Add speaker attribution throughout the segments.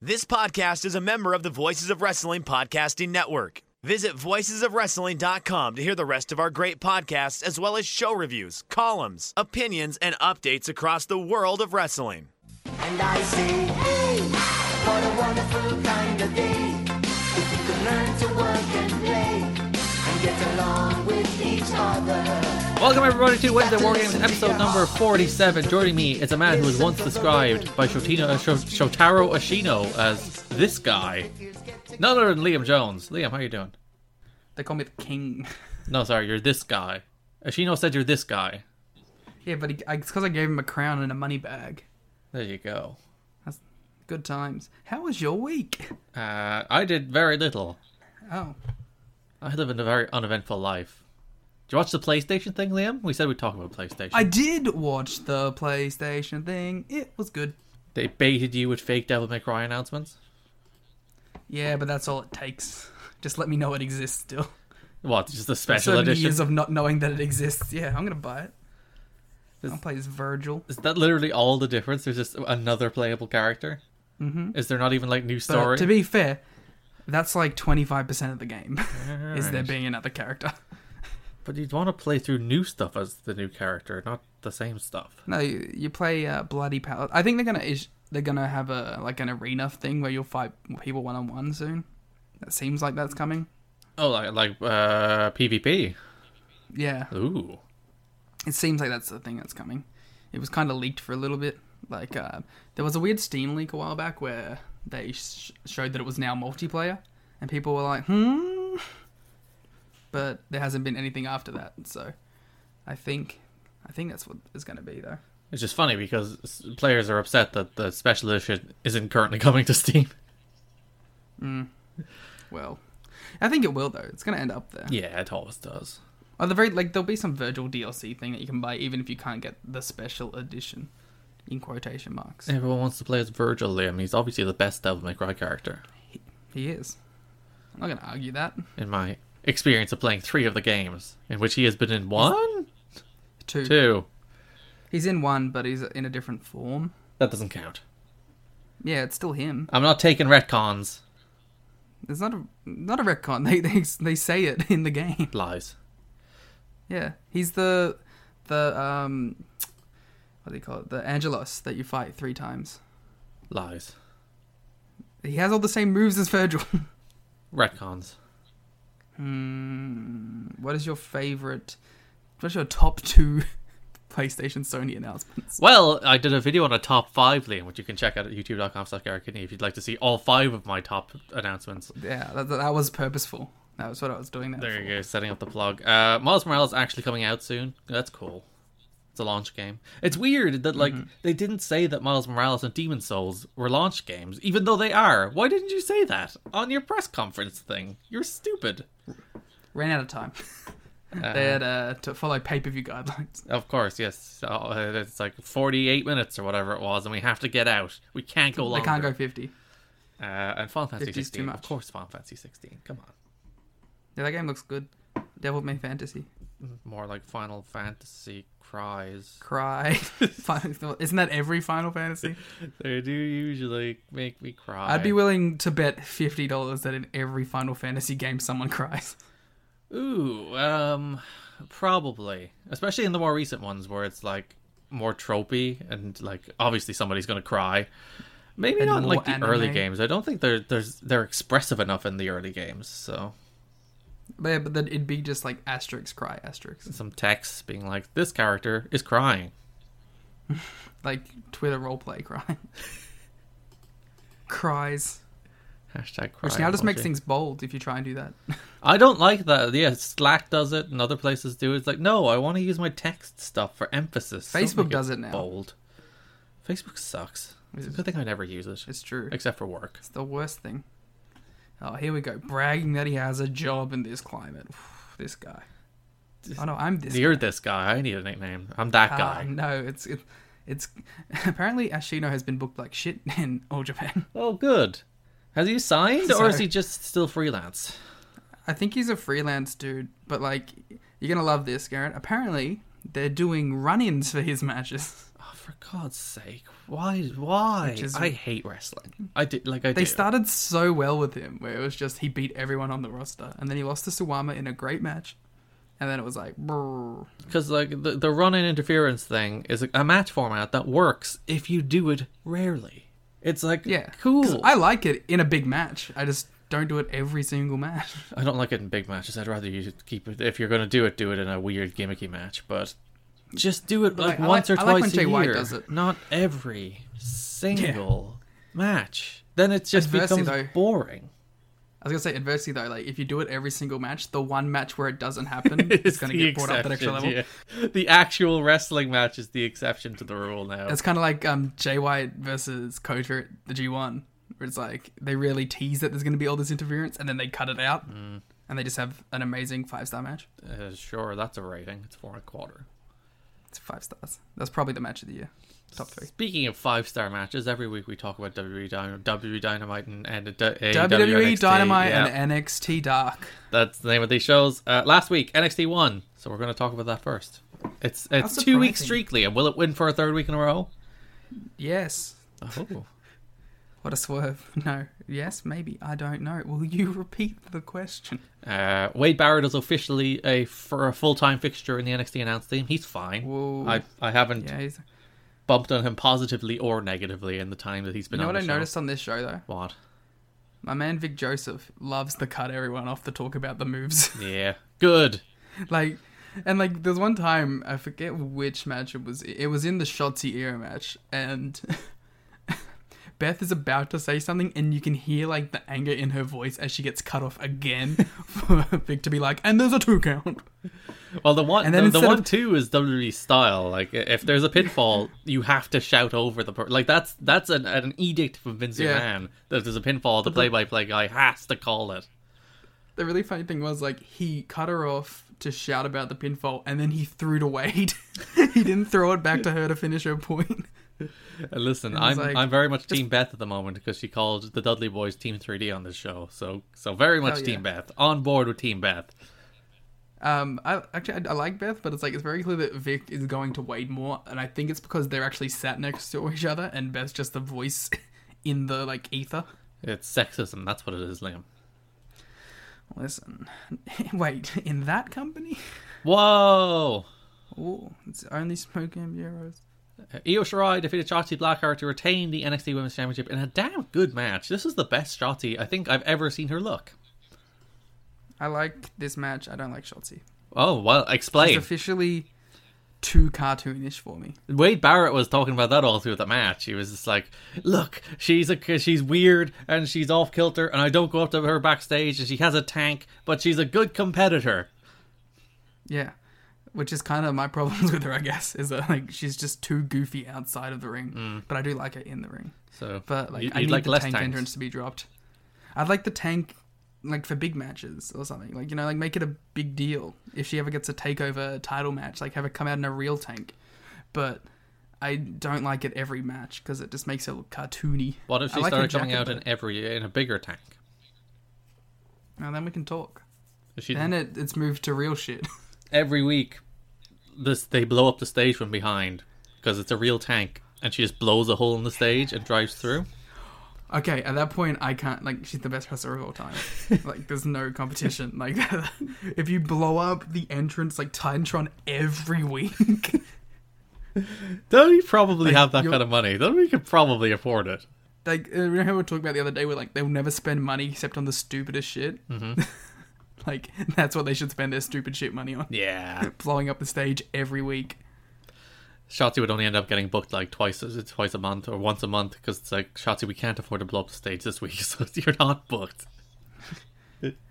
Speaker 1: This podcast is a member of the Voices of Wrestling Podcasting Network. Visit voicesofwrestling.com to hear the rest of our great podcasts, as well as show reviews, columns, opinions, and updates across the world of wrestling.
Speaker 2: And I say, hey, what a wonderful kind of day. If you could learn to work and play and get along with each other.
Speaker 3: Welcome everybody to Wednesday War Games, episode number 47. Joining me is a man who was once described by Shotino, uh, Sho- Shotaro Ashino as this guy. None other than Liam Jones. Liam, how you doing?
Speaker 4: They call me the king.
Speaker 3: No, sorry, you're this guy. Ashino said you're this guy.
Speaker 4: yeah, but he, I, it's because I gave him a crown and a money bag.
Speaker 3: There you go.
Speaker 4: That's good times. How was your week?
Speaker 3: Uh, I did very little.
Speaker 4: Oh,
Speaker 3: I live in a very uneventful life. Did you watch the PlayStation thing, Liam? We said we'd talk about PlayStation.
Speaker 4: I did watch the PlayStation thing. It was good.
Speaker 3: They baited you with fake Devil May Cry announcements.
Speaker 4: Yeah, but that's all it takes. Just let me know it exists still.
Speaker 3: What? Just the
Speaker 4: So
Speaker 3: special
Speaker 4: many
Speaker 3: edition?
Speaker 4: years of not knowing that it exists. Yeah, I'm gonna buy it. I'll play as Virgil.
Speaker 3: Is that literally all the difference? There's just another playable character. Mm-hmm. Is there not even like new
Speaker 4: But
Speaker 3: story?
Speaker 4: to be fair, that's like 25% of the game. Is there
Speaker 3: Alright.
Speaker 4: being another character?
Speaker 3: But you'd want to play through new stuff as the new character, not the same stuff.
Speaker 4: No, you, you play uh, Bloody Pal. I think they're gonna ish- they're gonna have a like an arena thing where you'll fight people one on one soon. That seems like that's coming.
Speaker 3: Oh, like like uh, PvP.
Speaker 4: Yeah,
Speaker 3: Ooh,
Speaker 4: it seems like that's the thing that's coming. It was kind of leaked for a little bit. Like uh, there was a weird Steam leak a while back where they sh- showed that it was now multiplayer, and people were like, hmm. But there hasn't been anything after that, so I think I think that's what it's gonna be though.
Speaker 3: it's just funny because s- players are upset that the special edition isn't currently coming to Steam.
Speaker 4: Well, I think it will though. It's gonna end up there.
Speaker 3: Yeah, it always does.
Speaker 4: Oh, the very like there'll be some Virgil DLC thing that you can buy even if you can't get the special edition, in quotation marks.
Speaker 3: Everyone wants to play as Virgil. Liam. He's obviously the best Devil May Cry character
Speaker 4: He is. I'm not gonna argue that.
Speaker 3: in my experience of playing three of the games, in which he has been in one,
Speaker 4: Two.
Speaker 3: two.
Speaker 4: He's in one, but he's in a different form.
Speaker 3: That doesn't count.
Speaker 4: Yeah, it's still him.
Speaker 3: I'm not taking retcons.
Speaker 4: There's not a not a retcon. They they they say it in the game.
Speaker 3: Lies.
Speaker 4: Yeah, he's the the um what do you call it? The Angelos that you fight three times.
Speaker 3: Lies.
Speaker 4: He has all the same moves as Virgil.
Speaker 3: Retcons.
Speaker 4: what is your favorite? What's your top two PlayStation Sony announcements?
Speaker 3: Well, I did a video on a top five, Liam, which you can check out at youtube.com slash if you'd like to see all five of my top announcements.
Speaker 4: Yeah, that, that- that was purposeful. That was what I was doing there.
Speaker 3: There
Speaker 4: for.
Speaker 3: you go, setting up the plug. Uh, Miles Morales actually coming out soon. That's cool. It's a launch game. It's weird that,
Speaker 4: Mm-hmm.
Speaker 3: like, they didn't say that Miles Morales and Demon Souls were launch games, even though they are. Why didn't you say that on your press conference thing? You're stupid.
Speaker 4: Ran out of time.
Speaker 3: Uh-huh.
Speaker 4: they had uh, to follow pay per view guidelines.
Speaker 3: Of course, yes. Uh, It's like 48 minutes or whatever it was, and we have to get out. We can't go longer.
Speaker 4: They can't go 50.
Speaker 3: Uh, and Final Fantasy
Speaker 4: 50 's too
Speaker 3: 16. Of
Speaker 4: much.
Speaker 3: course, Final Fantasy 16. Come on.
Speaker 4: Yeah, that game looks good. Devil May Fantasy.
Speaker 3: more like Final Fantasy cries.
Speaker 4: Cry. Final- Isn't that every Final Fantasy?
Speaker 3: They do usually make me cry.
Speaker 4: I'd be willing to bet $50 that in every Final Fantasy game someone cries.
Speaker 3: Ooh, um, probably, especially in the more recent ones where it's like more tropey and like obviously somebody's gonna cry. Maybe
Speaker 4: And
Speaker 3: not in, like the
Speaker 4: more
Speaker 3: early
Speaker 4: anime.
Speaker 3: games. I don't think they're there's they're expressive enough in the early games. So
Speaker 4: But, yeah, but then it'd be just like asterisk cry, asterisk.
Speaker 3: some texts being like, "This character is crying."
Speaker 4: Like Twitter roleplay cry. Cries.
Speaker 3: Hashtag cry.
Speaker 4: Which now just makes
Speaker 3: emoji.
Speaker 4: things bold if you try and do that.
Speaker 3: I don't like that. Yeah, Slack does it and other places do. it. It's like, no, I want to use my text stuff for emphasis. Don't
Speaker 4: Facebook
Speaker 3: make
Speaker 4: does it now.
Speaker 3: Bold. Facebook sucks. It's a
Speaker 4: It's-
Speaker 3: good thing I never use it,
Speaker 4: It's true.
Speaker 3: except for work.
Speaker 4: It's the worst thing. Oh, here we go. Bragging that he has a job in this climate. this guy. Oh no, I'm this
Speaker 3: You're this guy. I need a nickname. I'm that
Speaker 4: guy. Ah,
Speaker 3: guy.
Speaker 4: no, it's it, it's apparently Ashino has been booked like shit in all Japan.
Speaker 3: Oh, good. Has he signed, or is
Speaker 4: Sorry.
Speaker 3: he just still freelance?
Speaker 4: I think he's a freelance dude, but like you're gonna love this, Garrett. Apparently, they're doing run-ins for his matches.
Speaker 3: Oh, for God's sake, why? Why?
Speaker 4: Which is-
Speaker 3: I hate wrestling. I did like I
Speaker 4: They
Speaker 3: do.
Speaker 4: started so well with him, where it was just he beat everyone on the roster, and then he lost to Suwama in a great match, and then it was like, brrr.
Speaker 3: because like the the run and interference thing is a, a match format that works if you do it rarely. It's like
Speaker 4: yeah, 'Cause
Speaker 3: cool.
Speaker 4: I like it in a big match. I just don't do it every single match.
Speaker 3: I don't like it in big matches. I'd rather you keep it if you're going to do it, do it in a weird gimmicky match. But just do it like,
Speaker 4: I like-
Speaker 3: once or
Speaker 4: I like
Speaker 3: twice
Speaker 4: when
Speaker 3: a
Speaker 4: Jay
Speaker 3: year,
Speaker 4: White does it.
Speaker 3: not every single match. Then it just
Speaker 4: Adversity,
Speaker 3: becomes
Speaker 4: though.
Speaker 3: boring.
Speaker 4: I was gonna say adversity though, like if you do it every single match, the one match where it doesn't happen is gonna
Speaker 3: the
Speaker 4: get brought up that extra level.
Speaker 3: exception, yeah. The actual wrestling match is the exception to the rule now.
Speaker 4: It's kind of like um, Jay White versus Kota at the G1, where it's like they really tease that there's going to be all this interference, and then they cut it out,
Speaker 3: Mm.
Speaker 4: and they just have an amazing five star match.
Speaker 3: Uh, sure, that's a rating. It's four and a quarter.
Speaker 4: It's five stars. That's probably the match of the year, top three.
Speaker 3: Speaking of five star matches, every week we talk about WWE, Dyn- WWE Dynamite and, and uh, AEW
Speaker 4: WWE
Speaker 3: NXT.
Speaker 4: E, Dynamite
Speaker 3: Yeah,
Speaker 4: and NXT Dark.
Speaker 3: that's the name of these shows. Uh, last week NXT won, so we're going to talk about that first. It's it's
Speaker 4: How
Speaker 3: two weeks
Speaker 4: surprising.
Speaker 3: streakly, and will it win for a third week in a row?
Speaker 4: Yes.
Speaker 3: Oh,
Speaker 4: What a swerve. No. Yes. Maybe. I don't know. Will you repeat the question?
Speaker 3: uh, Wade Barrett is officially a for a full time fixture in the NXT announced team. He's fine.
Speaker 4: Whoa.
Speaker 3: I I haven't
Speaker 4: Yeah. He's...
Speaker 3: bumped on him positively or negatively in the time that he's
Speaker 4: You
Speaker 3: been
Speaker 4: know
Speaker 3: on
Speaker 4: what I
Speaker 3: the show.
Speaker 4: noticed on this show though?
Speaker 3: What?
Speaker 4: My man Vic Joseph loves to cut everyone off to talk about the moves.
Speaker 3: Yeah, good.
Speaker 4: like and like there's one time i forget which match it was it was in the shotzi era match and beth is about to say something and you can hear like the anger in her voice as she gets cut off again for vic to be like and there's a two count
Speaker 3: Well, the one
Speaker 4: And then
Speaker 3: the, the
Speaker 4: instead
Speaker 3: one
Speaker 4: of-
Speaker 3: too is WWE style. Like, i- if there's a pinfall, you have to shout over the per- like. That's that's an, an edict from Vince
Speaker 4: Yeah.
Speaker 3: McMahon that if there's a pinfall, the play-by-play guy has to call it.
Speaker 4: the really funny thing was like he cut her off to shout about the pinfall and then he threw it away he didn't throw it back to her to finish her point
Speaker 3: Uh, Listen,
Speaker 4: was
Speaker 3: I'm
Speaker 4: like,
Speaker 3: I'm very much Team Beth at the moment because she called the Dudley Boys Team 3D on this show. So so very much
Speaker 4: Hell
Speaker 3: Team
Speaker 4: yeah.
Speaker 3: Beth on board with Team Beth.
Speaker 4: Um, I actually I, I like Beth, but it's like it's very clear that Vic is going to Wade more, and I think it's because they're actually sat next to each other, and Beth's just the voice in the like ether.
Speaker 3: It's sexism. That's what it is, Liam.
Speaker 4: Listen, wait, in that company,
Speaker 3: Whoa.
Speaker 4: Ooh, it's only smoking bureaus.
Speaker 3: Uh, Io Shirai defeated Shotzi Blackheart to retain the NXT Women's Championship in a damn good match. This is the best Shotzi I think I've ever seen her look.
Speaker 4: I like this match. I don't like Shotzi.
Speaker 3: Oh well,
Speaker 4: It's
Speaker 3: explain.
Speaker 4: officially too cartoonish for me.
Speaker 3: Wade Barrett was talking about that all through the match. He was just like, "Look, she's a she's weird and she's off kilter, and I don't go up to her backstage, and she has a tank, but she's a good competitor."
Speaker 4: Yeah, which is kind of my problems with her, I guess, is that like she's just too goofy outside of the ring, but I do like her in the ring.
Speaker 3: So,
Speaker 4: But like,
Speaker 3: Mm. you-
Speaker 4: I
Speaker 3: you'd
Speaker 4: need
Speaker 3: like
Speaker 4: the
Speaker 3: less
Speaker 4: tank
Speaker 3: tanks.
Speaker 4: entrance to be dropped. I'd like the tank, like for big matches or something. Like you know, like make it a big deal if she ever gets a takeover title match. Like have her come out in a real tank. But I don't like it every match because it just makes it look cartoony.
Speaker 3: What if
Speaker 4: I
Speaker 3: she
Speaker 4: like her
Speaker 3: started coming out
Speaker 4: jacket,
Speaker 3: in every in a bigger tank?
Speaker 4: though. And then we can talk.
Speaker 3: If She,
Speaker 4: Then it, it's moved to real shit.
Speaker 3: every week, this they blow up the stage from behind because it's a real tank, and she just blows a hole in the stage and drives through.
Speaker 4: okay, at that point, I can't. Like she's the best wrestler of all time. like there's no competition. Like if you blow up the entrance like Titantron every week.
Speaker 3: Don't we probably
Speaker 4: Like,
Speaker 3: have that
Speaker 4: you'll-
Speaker 3: kind of money? Don't we could probably afford it?
Speaker 4: like uh, remember how we were talking about the other day where like they'll never spend money except on the stupidest shit like that's what they should spend their stupid shit money on
Speaker 3: Yeah.
Speaker 4: blowing up the stage every week
Speaker 3: Shotzi would only end up getting booked like twice twice a month or once a month because it's like Shotzi, we can't afford to blow up the stage this week, so you're not booked.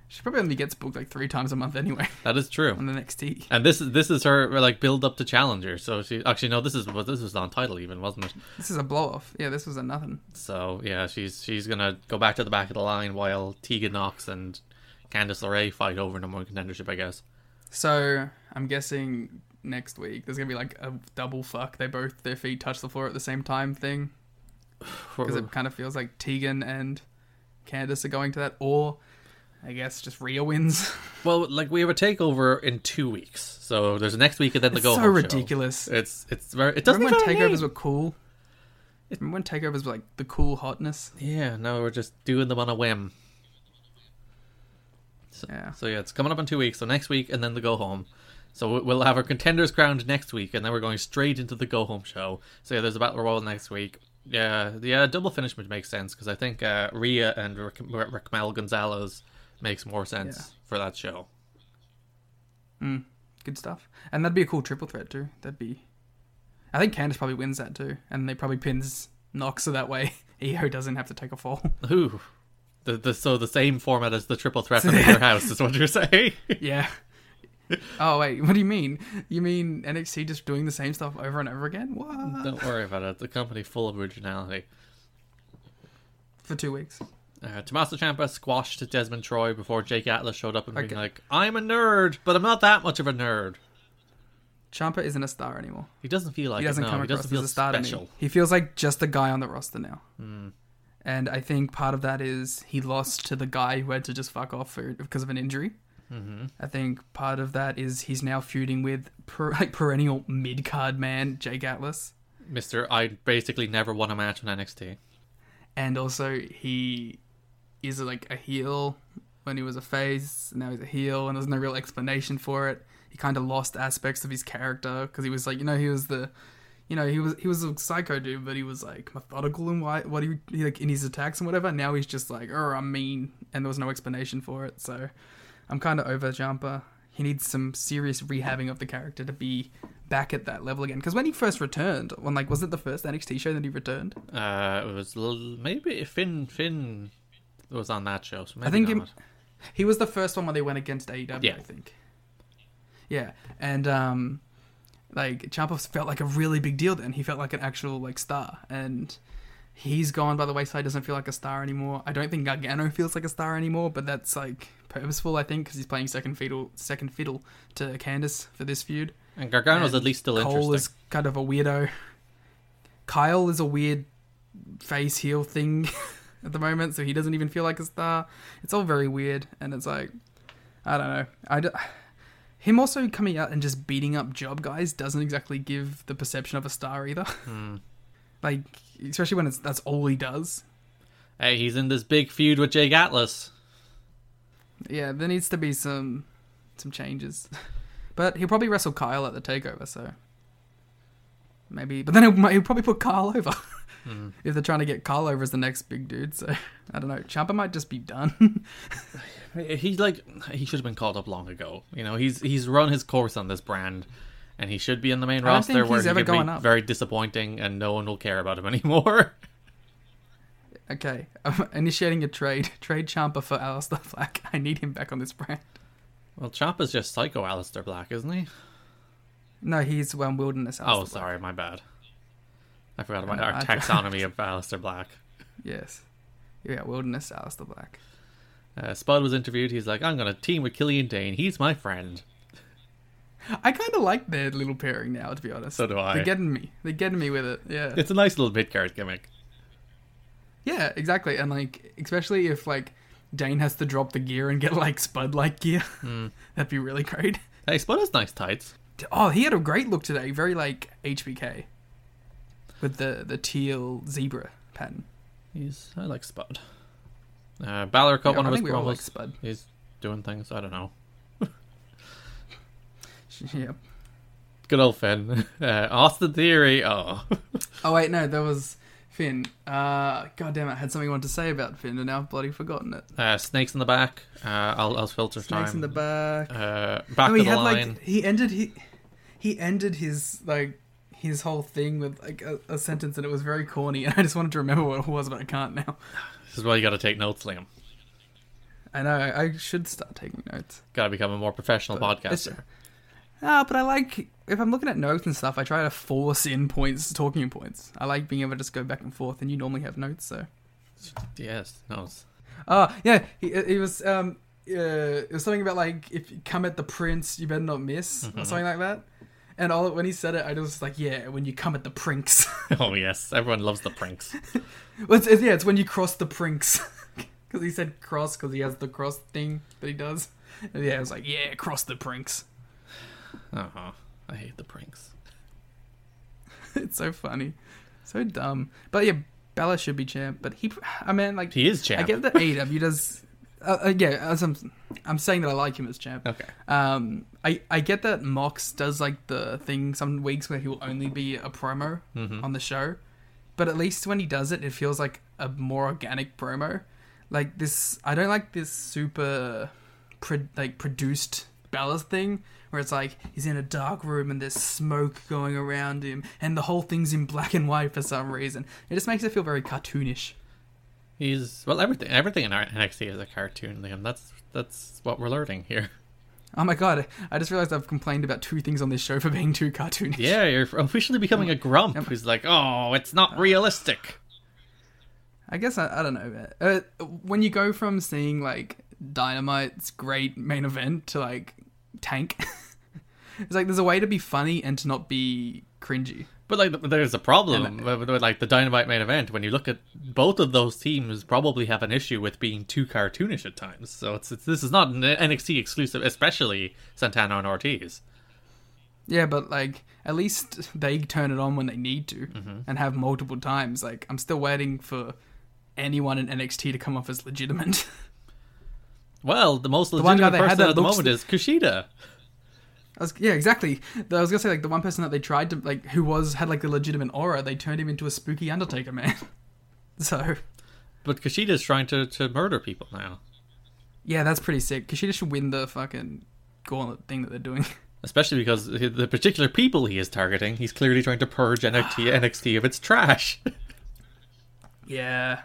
Speaker 4: she probably only gets booked like three times a month anyway
Speaker 3: That is
Speaker 4: on
Speaker 3: true.
Speaker 4: the next tee
Speaker 3: And this is this is her like build up to challenger. So she actually no, this is well, this was on title even wasn't it?
Speaker 4: this is a blow off yeah this was a nothing
Speaker 3: So yeah, she's she's gonna go back to the back of the line while Tegan Knox and Candice LeRae fight over number one contendership, I guess.
Speaker 4: so i'm guessing next week there's gonna be like a double fuck they both their feet touch the floor at the same time thing because it kind of feels like tegan and candace are going to that or I guess just Rhea wins.
Speaker 3: Well, like we have a takeover in two weeks, so there's next week and then the
Speaker 4: It's
Speaker 3: go.
Speaker 4: so
Speaker 3: home show.
Speaker 4: ridiculous.
Speaker 3: It's it's very. It doesn't
Speaker 4: Remember when
Speaker 3: even have a
Speaker 4: takeovers
Speaker 3: name.
Speaker 4: were cool? Remember when takeovers were like the cool hotness?
Speaker 3: Yeah, no, we're just doing them on a whim. So
Speaker 4: Yeah.
Speaker 3: so yeah, it's coming up in two weeks. So next week and then the go home. So we- we'll have our contenders crowned next week, and then we're going straight into the go home show. So yeah, there's a battle royal next week. Yeah, the uh, double finish would make sense because I think uh, Rhea and Rick- Rick- Raquel Gonzalez makes more sense
Speaker 4: Yeah.
Speaker 3: for that show.
Speaker 4: Good stuff. And that'd be a cool triple threat too. That'd be. I think Candice probably wins that too, and they probably pins Nox so that way EO doesn't have to take a fall.
Speaker 3: Ooh. The, the, so the same format as the triple threat in your house is what you're saying.
Speaker 4: yeah. Oh wait, what do you mean? You mean NXT just doing the same stuff over and over again? What?
Speaker 3: Don't worry about it. It's a company full of originality.
Speaker 4: For two weeks.
Speaker 3: Uh, Tommaso Ciampa squashed Desmond Troy before Jake Atlas showed up and being
Speaker 4: Okay.
Speaker 3: like, "I'm a nerd, but I'm not that much of a nerd."
Speaker 4: Champa isn't a star anymore.
Speaker 3: He doesn't feel like
Speaker 4: he doesn't
Speaker 3: it, no.
Speaker 4: come
Speaker 3: he
Speaker 4: across
Speaker 3: doesn't feel
Speaker 4: as a star to
Speaker 3: special. Hmm.
Speaker 4: me. He feels like just a guy on the roster now. And I think part of that is he lost to the guy who had to just fuck off for, because of an injury.
Speaker 3: Mm-hmm.
Speaker 4: I think part of that is he's now feuding with per, like perennial mid card man Jake Atlas,
Speaker 3: Mister, I basically never won a match on NXT.
Speaker 4: and also he is like a heel when he was a face, and now he's a heel, and there's no real explanation for it. He kind of lost aspects of his character because he was like, you know, he was the, you know, he was he was a psycho dude, but he was like methodical in why what he, he like in his attacks and whatever. Now he's just like, oh, I'm mean, and there was no explanation for it. So I'm kind of over Jumper. He needs some serious rehabbing of the character to be back at that level again. Because when he first returned, when like was it the first NXT show that he returned?
Speaker 3: Uh, it was l- maybe Finn. Finn was on that show. So maybe
Speaker 4: I think
Speaker 3: not.
Speaker 4: him, he was the first one where they went against AEW.
Speaker 3: Yeah.
Speaker 4: I think. Yeah, and um, like Ciampa felt like a really big deal then. He felt like an actual like star, and he's gone by the wayside. Doesn't feel like a star anymore. I don't think Gargano feels like a star anymore, but that's like purposeful, I think, because he's playing second fiddle, second fiddle to Candice for this feud.
Speaker 3: and Gargano's at
Speaker 4: And
Speaker 3: least still
Speaker 4: Cole
Speaker 3: interesting.
Speaker 4: is kind of a weirdo. Kyle is a weird face heel thing at the moment, so he doesn't even feel like a star. It's all very weird, and it's like, I don't know. I d- him also coming out and just beating up job guys doesn't exactly give the perception of a star either.
Speaker 3: Hmm.
Speaker 4: like, especially when it's that's all he does.
Speaker 3: Hey, he's in this big feud with Jake Atlas.
Speaker 4: Yeah, there needs to be some some changes. But he'll probably wrestle Kyle at the takeover, so maybe. But then he'll, he'll probably put Kyle over
Speaker 3: Mm-hmm.
Speaker 4: if they're trying to get Kyle over as the next big dude. So I don't know. Champa might just be done.
Speaker 3: He's like he should have been called up long ago. You know, he's he's run his course on this brand, and he should be in the main
Speaker 4: don't
Speaker 3: roster
Speaker 4: think
Speaker 3: where
Speaker 4: he's
Speaker 3: he
Speaker 4: ever
Speaker 3: could be
Speaker 4: going up.
Speaker 3: very disappointing, and no one will care about him anymore.
Speaker 4: okay, I'm initiating a trade. Trade Champa for Alistair Black. I need him back on this brand.
Speaker 3: well, Ciampa's just psycho Alistair Black, isn't he?
Speaker 4: No, he's um, Wilderness.
Speaker 3: Oh,
Speaker 4: Aleister Black.
Speaker 3: sorry, my bad. I forgot about
Speaker 4: No,
Speaker 3: our
Speaker 4: I-
Speaker 3: taxonomy of Alistair Black.
Speaker 4: Yes. Yeah, Wilderness Alistair Black.
Speaker 3: Uh, Spud was interviewed. He's like, I'm going to team with Killian Dane. He's my friend.
Speaker 4: I kind of like their little pairing now, to be honest.
Speaker 3: So do I.
Speaker 4: They're getting me. They're getting me with it. Yeah.
Speaker 3: It's a nice little mid card gimmick.
Speaker 4: Yeah, exactly. And like, especially if like Dane has to drop the gear and get like Spud like gear,
Speaker 3: Hmm.
Speaker 4: that'd be really great.
Speaker 3: Hey, Spud has nice tights.
Speaker 4: Oh, he had a great look today. Very like HBK with the the teal zebra pattern.
Speaker 3: He's I like Spud. Uh, Balor caught
Speaker 4: Yeah,
Speaker 3: one
Speaker 4: I
Speaker 3: of his
Speaker 4: think we all
Speaker 3: promos.
Speaker 4: like Spud.
Speaker 3: He's doing things. I don't know.
Speaker 4: Yep.
Speaker 3: Good old Finn. Uh, Austin Theory. Oh,
Speaker 4: Oh wait, no, there was Finn. Uh, God damn it, I had something I wanted to say about Finn, and now I've bloody forgotten it.
Speaker 3: uh, snakes in the back. Uh, I'll, I'll filter time.
Speaker 4: Snakes in the back.
Speaker 3: Uh, back to
Speaker 4: No, Oh, he
Speaker 3: the
Speaker 4: had
Speaker 3: line.
Speaker 4: like he ended he he ended his like his whole thing with like a, a sentence and it was very corny and I just wanted to remember what it was but I can't now.
Speaker 3: This is why you got to take notes, Liam.
Speaker 4: I know I, I should start taking notes.
Speaker 3: Got to become a more professional
Speaker 4: Uh, It's-
Speaker 3: podcaster.
Speaker 4: Ah, but I like if I'm looking at notes and stuff, I try to force in points, talking points. I like being able to just go back and forth, and you normally have notes, so.
Speaker 3: Yes, notes.
Speaker 4: Oh yeah, he, he was um uh, it was something about like if you come at the prince, you better not miss
Speaker 3: Mm-hmm.
Speaker 4: or something like that. And all when he said it, I was like, yeah, when you come at the prinks.
Speaker 3: Oh yes, everyone loves the pranks.
Speaker 4: Well, it's, it's- yeah, it's when you cross the prinks. Because he said cross because he has the cross thing that he does. And yeah, I was like, yeah, cross the prinks.
Speaker 3: Uh huh. I hate the pranks.
Speaker 4: it's so funny, so dumb. But yeah, Bella should be champ. But he, I mean, like
Speaker 3: He is champ.
Speaker 4: I get that AEW does. Uh, uh, yeah, as I'm, I'm saying that I like him as champ.
Speaker 3: Okay.
Speaker 4: Um, I I get that Mox does like the thing some weeks where he will only be a promo on the show, but at least when he does it, it feels like a more organic promo. Like this, I don't like this super, pro, like produced Bella thing where it's like he's in a dark room and there's smoke going around him and the whole thing's in black and white for some reason. It just makes it feel very cartoonish.
Speaker 3: He's well. Everything, everything in our NXT is a cartoon, Liam. That's that's what we're learning here.
Speaker 4: Oh my god, I just realized I've complained about two things on this show for being too cartoonish.
Speaker 3: Yeah, you're officially becoming a grump who's like, oh, it's not
Speaker 4: Uh,
Speaker 3: realistic.
Speaker 4: I guess I, I don't know. man. Uh, when you go from seeing like Dynamite's great main event to like Tank, it's like there's a way to be funny and to not be cringy.
Speaker 3: But like, th- there's a problem with, with, like the Dynamite main event when you look at both of those teams probably have an issue with being too cartoonish at times. So it's, it's this is not an NXT exclusive, especially Santana and Ortiz.
Speaker 4: Yeah, but like at least they turn it on when they need to and have multiple times. Like I'm still waiting for anyone in NXT to come off as legitimate.
Speaker 3: Well, the most
Speaker 4: one guy
Speaker 3: legitimate
Speaker 4: they had
Speaker 3: person
Speaker 4: that
Speaker 3: at the
Speaker 4: looks-
Speaker 3: moment is Kushida.
Speaker 4: I was, yeah, exactly. I was gonna say like the one person that they tried to like who was had like the legitimate aura, they turned him into a spooky Undertaker man. so
Speaker 3: But Kushida's trying to, to murder people now,
Speaker 4: Yeah, that's pretty sick. Kushida should win the fucking gauntlet thing that they're doing.
Speaker 3: especially because the particular people he is targeting, he's clearly trying to purge NXT, NXT of its trash.
Speaker 4: Yeah.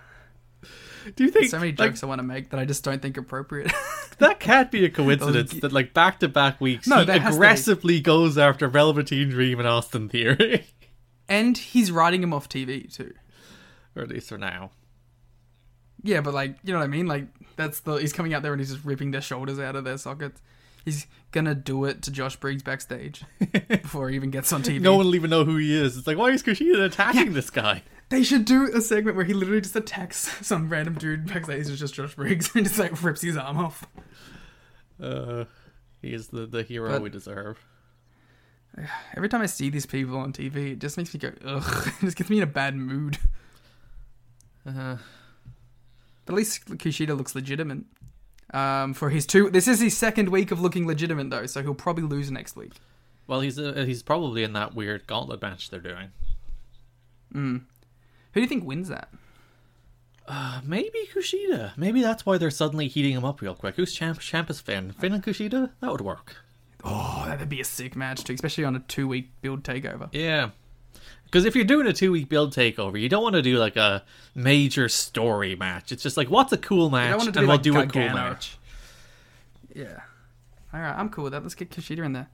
Speaker 3: Do you think
Speaker 4: So many
Speaker 3: like,
Speaker 4: jokes I want to make that I just don't think appropriate.
Speaker 3: that can't be a coincidence that like back to back weeks
Speaker 4: No,
Speaker 3: he
Speaker 4: that has to be.
Speaker 3: aggressively goes after Velveteen Dream and Austin Theory,
Speaker 4: and he's writing him off TV too.
Speaker 3: or at least for now.
Speaker 4: Yeah, but like, you know what I mean? Like that's the he's coming out there and he's just ripping their shoulders out of their sockets. He's gonna do it to Josh Briggs backstage before he even gets on TV.
Speaker 3: No one will even know who he is. It's like why is Kushida attacking this guy?
Speaker 4: They should do a segment where he literally just attacks some random dude backstage who's just Josh Briggs and just like rips his arm off.
Speaker 3: Uh, he is the, the hero
Speaker 4: But-
Speaker 3: we deserve.
Speaker 4: Every time I see these people on TV, it just makes me go, ugh. It just gets me in a bad mood.
Speaker 3: Uh,
Speaker 4: But at least Kushida looks legitimate. Um, for his two, this is his second week of looking legitimate though, so he'll probably lose next week.
Speaker 3: well, he's uh, he's probably in that weird gauntlet match they're doing.
Speaker 4: Who do you think wins that?
Speaker 3: Uh, maybe Kushida. Maybe that's why they're suddenly heating him up real quick. Who's champ? Champ is Finn. Finn and Kushida. That would work.
Speaker 4: Oh, that'd be a sick match too, especially on a two-week build takeover.
Speaker 3: Yeah. Because if you're doing a two week build takeover, you don't want to do like a major story match. It's just like, what's a cool
Speaker 4: I
Speaker 3: match?
Speaker 4: don't want to do
Speaker 3: and
Speaker 4: like
Speaker 3: we'll do a
Speaker 4: Gargano.
Speaker 3: cool match.
Speaker 4: Yeah. All right, I'm cool with that. Let's get Kushida in there.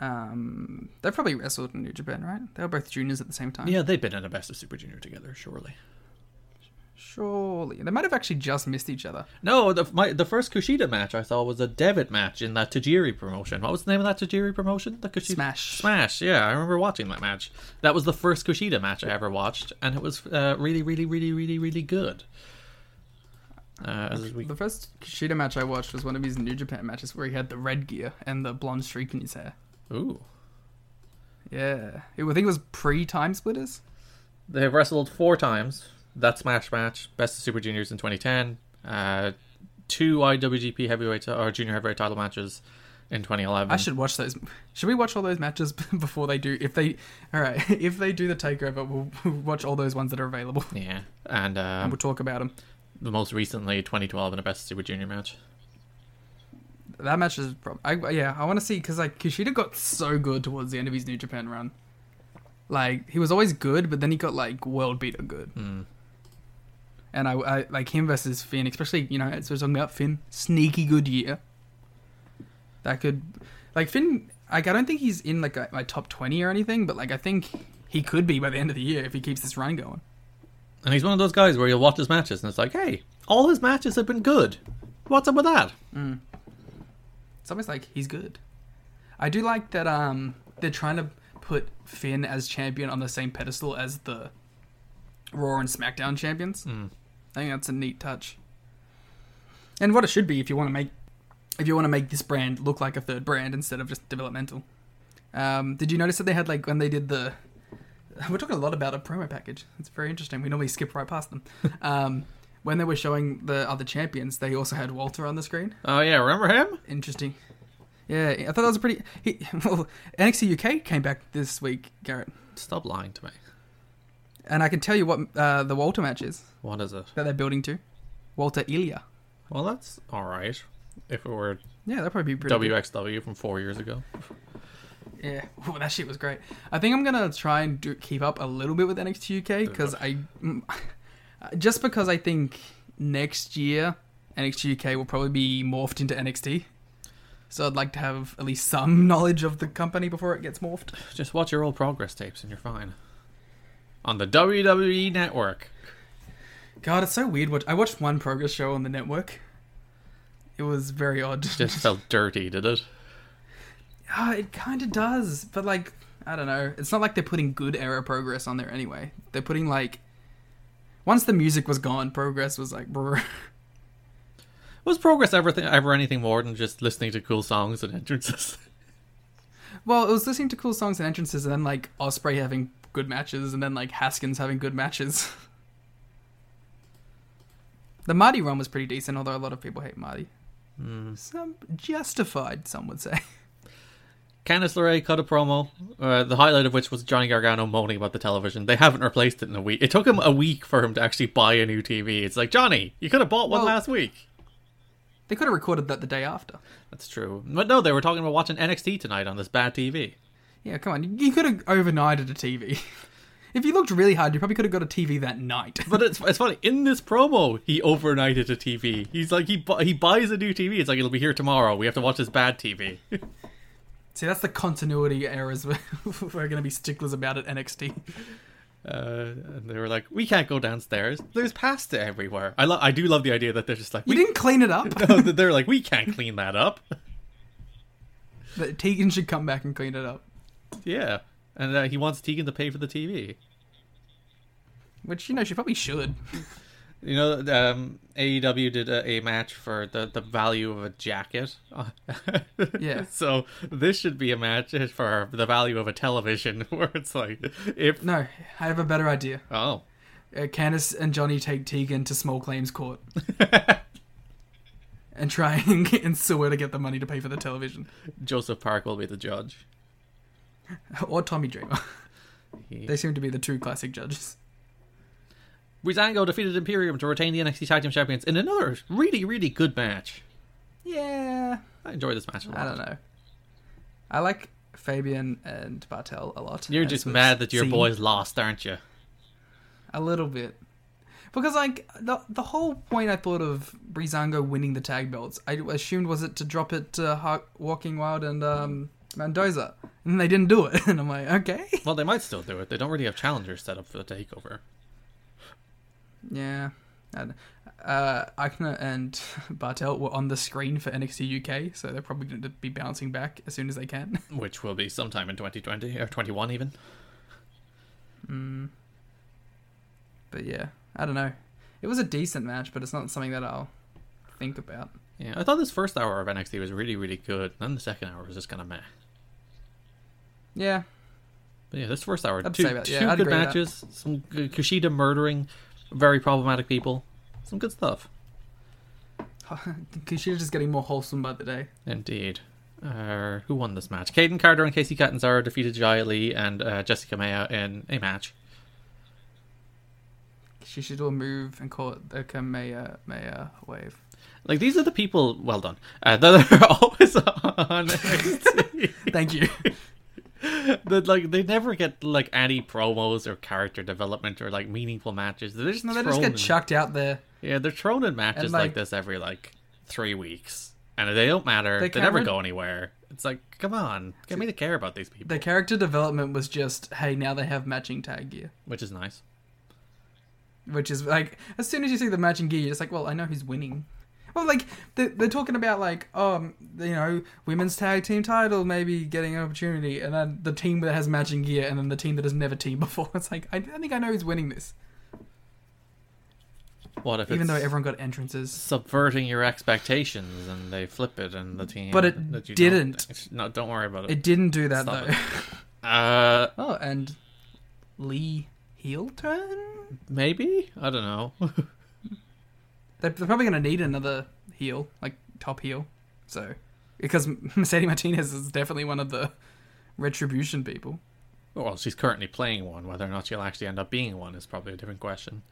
Speaker 4: Um, they probably wrestled in New Japan, right? They were both juniors at the same time.
Speaker 3: Yeah, they've been in a Best of Super Junior together, surely.
Speaker 4: Surely they might have actually just missed each other.
Speaker 3: No, the my, the first Kushida match I saw was a Devitt match in that Tajiri promotion. What was the name of that Tajiri promotion? The Kushida
Speaker 4: Smash.
Speaker 3: Smash. Yeah, I remember watching that match. That was the first Kushida match I ever watched, and it was uh, really, really, really, really, really good. Uh, as we
Speaker 4: The first Kushida match I watched was one of his New Japan matches where he had the red gear and the blonde streak in his hair.
Speaker 3: ooh,
Speaker 4: Yeah, it, I think it was pre Time Splitters.
Speaker 3: They've wrestled four times. That Smash match, Best of Super Juniors in 2010, uh, two IWGP Heavyweight uh, or Junior Heavyweight title matches in 2011.
Speaker 4: I should watch those. Should we watch all those matches before they do? If they, all right, if they do the takeover, we'll, we'll watch all those ones that are available.
Speaker 3: Yeah, and uh,
Speaker 4: And we'll talk about them.
Speaker 3: the most recently 2012 in a Best of Super Junior match.
Speaker 4: That match is, prob- I, yeah, I want to see because like Kushida got so good towards the end of his New Japan run. Like he was always good, but then he got like world beater good. And I, I like him versus Finn, especially you know as we're talking about Finn, sneaky good year. That could, like Finn, like I don't think he's in like a, my top twenty or anything, but like I think he could be by the end of the year if he keeps this run going.
Speaker 3: And he's one of those guys where you'll watch his matches and it's like, hey, all his matches have been good. What's up with that?
Speaker 4: It's almost like he's good. I do like that um they're trying to put Finn as champion on the same pedestal as the Raw and SmackDown champions. I think that's a neat touch. and what it should be if you want to make if you want to make this brand look like a third brand instead of just developmental. Um, did you notice that they had like when they did the? We're talking a lot about a promo package. It's very interesting. We normally skip right past them. um, when they were showing the other champions, they also had Walter on the screen.
Speaker 3: Oh yeah, remember him?
Speaker 4: Interesting. Yeah, I thought that was a pretty. He, well, NXT UK came back this week, Garrett,
Speaker 3: Stop lying to me.
Speaker 4: and I can tell you what uh, the Walter match is
Speaker 3: What is it?
Speaker 4: that they're building to. Walter Ilya.
Speaker 3: Well, that's all right. If it were
Speaker 4: Yeah, that'd probably be pretty. good.
Speaker 3: WXW from four years ago,
Speaker 4: Yeah, Ooh, that shit was great. I think I'm gonna try and do, keep up a little bit with NXT UK because I, mm, just because I think next year NXT UK will probably be morphed into NXT, so I'd like to have at least some knowledge of the company before it gets morphed.
Speaker 3: just watch your old progress tapes and you're fine. On the WWE network.
Speaker 4: God, it's so weird. What I watched one progress show on the network. It was very odd.
Speaker 3: Just felt dirty, did it?
Speaker 4: Ah, it kind of does, but like I don't know. It's not like they're putting good era progress on there anyway. They're putting like once the music was gone, progress was like. brr.
Speaker 3: Was progress ever th- ever anything more than just listening to cool songs and entrances?
Speaker 4: Well, it was listening to cool songs and entrances, and then like Osprey having good matches, and then like Haskins having good matches. the Marty run was pretty decent, although a lot of people hate Marty. Some justified, some would say.
Speaker 3: Candice LeRae cut a promo, uh, the highlight of which was Johnny Gargano moaning about the television. They haven't replaced it in a week. It took him a week for him to actually buy a new TV. It's like Johnny, you could have bought one
Speaker 4: Well-
Speaker 3: last week.
Speaker 4: They could have recorded that the day after.
Speaker 3: That's true. But no, they were talking about watching NXT tonight on this bad TV.
Speaker 4: Yeah, come on, you- you could have overnighted a TV. if you looked really hard, you probably could have got a TV that night.
Speaker 3: But it's, it's funny. In this promo, he overnighted a TV. He's like he bu- he buys a new TV. It's like it'll be here tomorrow. We have to watch this bad Uh, TV.
Speaker 4: See, that's the continuity errors we're, we're going to be sticklers about at NXT.
Speaker 3: Uh, and they were like, we can't go downstairs. There's pasta everywhere. I lo- I do love the idea that they're just like
Speaker 4: You
Speaker 3: we
Speaker 4: didn't clean it up.
Speaker 3: they're like we can't clean that up.
Speaker 4: But Tegan should come back and clean it up.
Speaker 3: yeah, and uh, he wants Tegan to pay for the TV.
Speaker 4: Which, you know, she probably should.
Speaker 3: You know, um, AEW did a, a match for the, the value of a jacket.
Speaker 4: Yeah.
Speaker 3: So this should be a match for the value of a television, where it's like, if
Speaker 4: No, I have a better idea.
Speaker 3: oh,
Speaker 4: Uh, Candice and Johnny take Tegan to small claims court and try and, get, and sue her to get the money to pay for the television.
Speaker 3: Joseph Park will be the judge.
Speaker 4: Or Tommy Dreamer.
Speaker 3: He-
Speaker 4: They seem to be the two classic judges.
Speaker 3: Breezango defeated Imperium to retain the NXT Tag Team Champions in another really, really good match.
Speaker 4: Yeah,
Speaker 3: I enjoyed this match a lot.
Speaker 4: I don't know. I like Fabian and Bartel a lot.
Speaker 3: You're
Speaker 4: as
Speaker 3: just
Speaker 4: we've
Speaker 3: mad that your
Speaker 4: seen.
Speaker 3: boys lost, aren't you?
Speaker 4: A little bit. Because like the the whole point I thought of Breezango winning the tag belts, I assumed was it to drop it to Har- Walking Wild and um, Mendoza, and they didn't do it, and I'm like, okay,
Speaker 3: Well, they might still do it. They don't really have challengers set up for the takeover.
Speaker 4: yeah. And, uh, Akna and Bartel were on the screen for NXT UK, so they're probably going to be bouncing back as soon as they can.
Speaker 3: which will be sometime in 2020 or 21 even.
Speaker 4: but yeah, I don't know. It was a decent match, but it's not something that I'll think about.
Speaker 3: Yeah, I thought this first hour of NXT was really, really good. Then the second hour was just kind of meh.
Speaker 4: Yeah,
Speaker 3: But yeah, this first hour,
Speaker 4: I'd
Speaker 3: two,
Speaker 4: say about- yeah,
Speaker 3: two
Speaker 4: I'd
Speaker 3: good
Speaker 4: agree with that.
Speaker 3: matches, some good Kushida murdering very problematic people, some good stuff.
Speaker 4: Kushida's just getting more wholesome by the day.
Speaker 3: Indeed. Uh, who won this match? Caden Carter and Casey Catanzaro defeated Jai Lee and uh, Jessica Mayo in a match.
Speaker 4: She should all move and call it the Kameya Maya wave.
Speaker 3: Like, these are the people, well done, uh, that are always on NXT.
Speaker 4: Thank you.
Speaker 3: that like they never get like any promos or character development or like meaningful matches. They're just
Speaker 4: No, they
Speaker 3: thrown
Speaker 4: just get
Speaker 3: in-
Speaker 4: chucked out there.
Speaker 3: Yeah, they're thrown in matches
Speaker 4: And,
Speaker 3: like,
Speaker 4: like-
Speaker 3: this every like three weeks, and they don't matter.
Speaker 4: They
Speaker 3: They, never
Speaker 4: kinda-
Speaker 3: go anywhere. It's like, come on, get me to care about these people,
Speaker 4: The character development was just, hey, now they have matching tag gear.
Speaker 3: which is nice.
Speaker 4: Which is like, as soon as you see the matching gear, you're just like, well, I know who's winning. Well, like, they're, they're talking about, like, um, you know, women's tag team title maybe getting an opportunity, and then the team that has matching gear, and then the team that has never teamed before. It's like, I, I think I know who's winning this.
Speaker 3: What if
Speaker 4: even
Speaker 3: it's
Speaker 4: though everyone got entrances.
Speaker 3: subverting your expectations and they flip it and the team?
Speaker 4: But it
Speaker 3: that you
Speaker 4: didn't.
Speaker 3: Don't, no, don't worry about it.
Speaker 4: It didn't do that
Speaker 3: Stop
Speaker 4: though.
Speaker 3: uh,
Speaker 4: oh, and Lee Heelturn.
Speaker 3: maybe I don't know.
Speaker 4: They're, they're probably going to need another heel, like top heel. So, because Mercedes Martinez is definitely one of the retribution people.
Speaker 3: well, she's currently playing one. Whether or not she'll actually end up being one is probably a different question.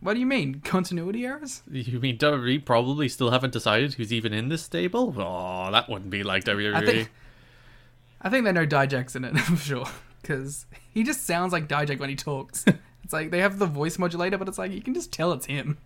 Speaker 4: What do you mean continuity errors?
Speaker 3: You mean WWE probably still haven't decided who's even in this stable? Oh, that wouldn't be like E. WWE.
Speaker 4: I think I think they know Dijek's in it for sure because he just sounds like Dijak when he talks. it's like they have the voice modulator, but it's like you can just tell it's him.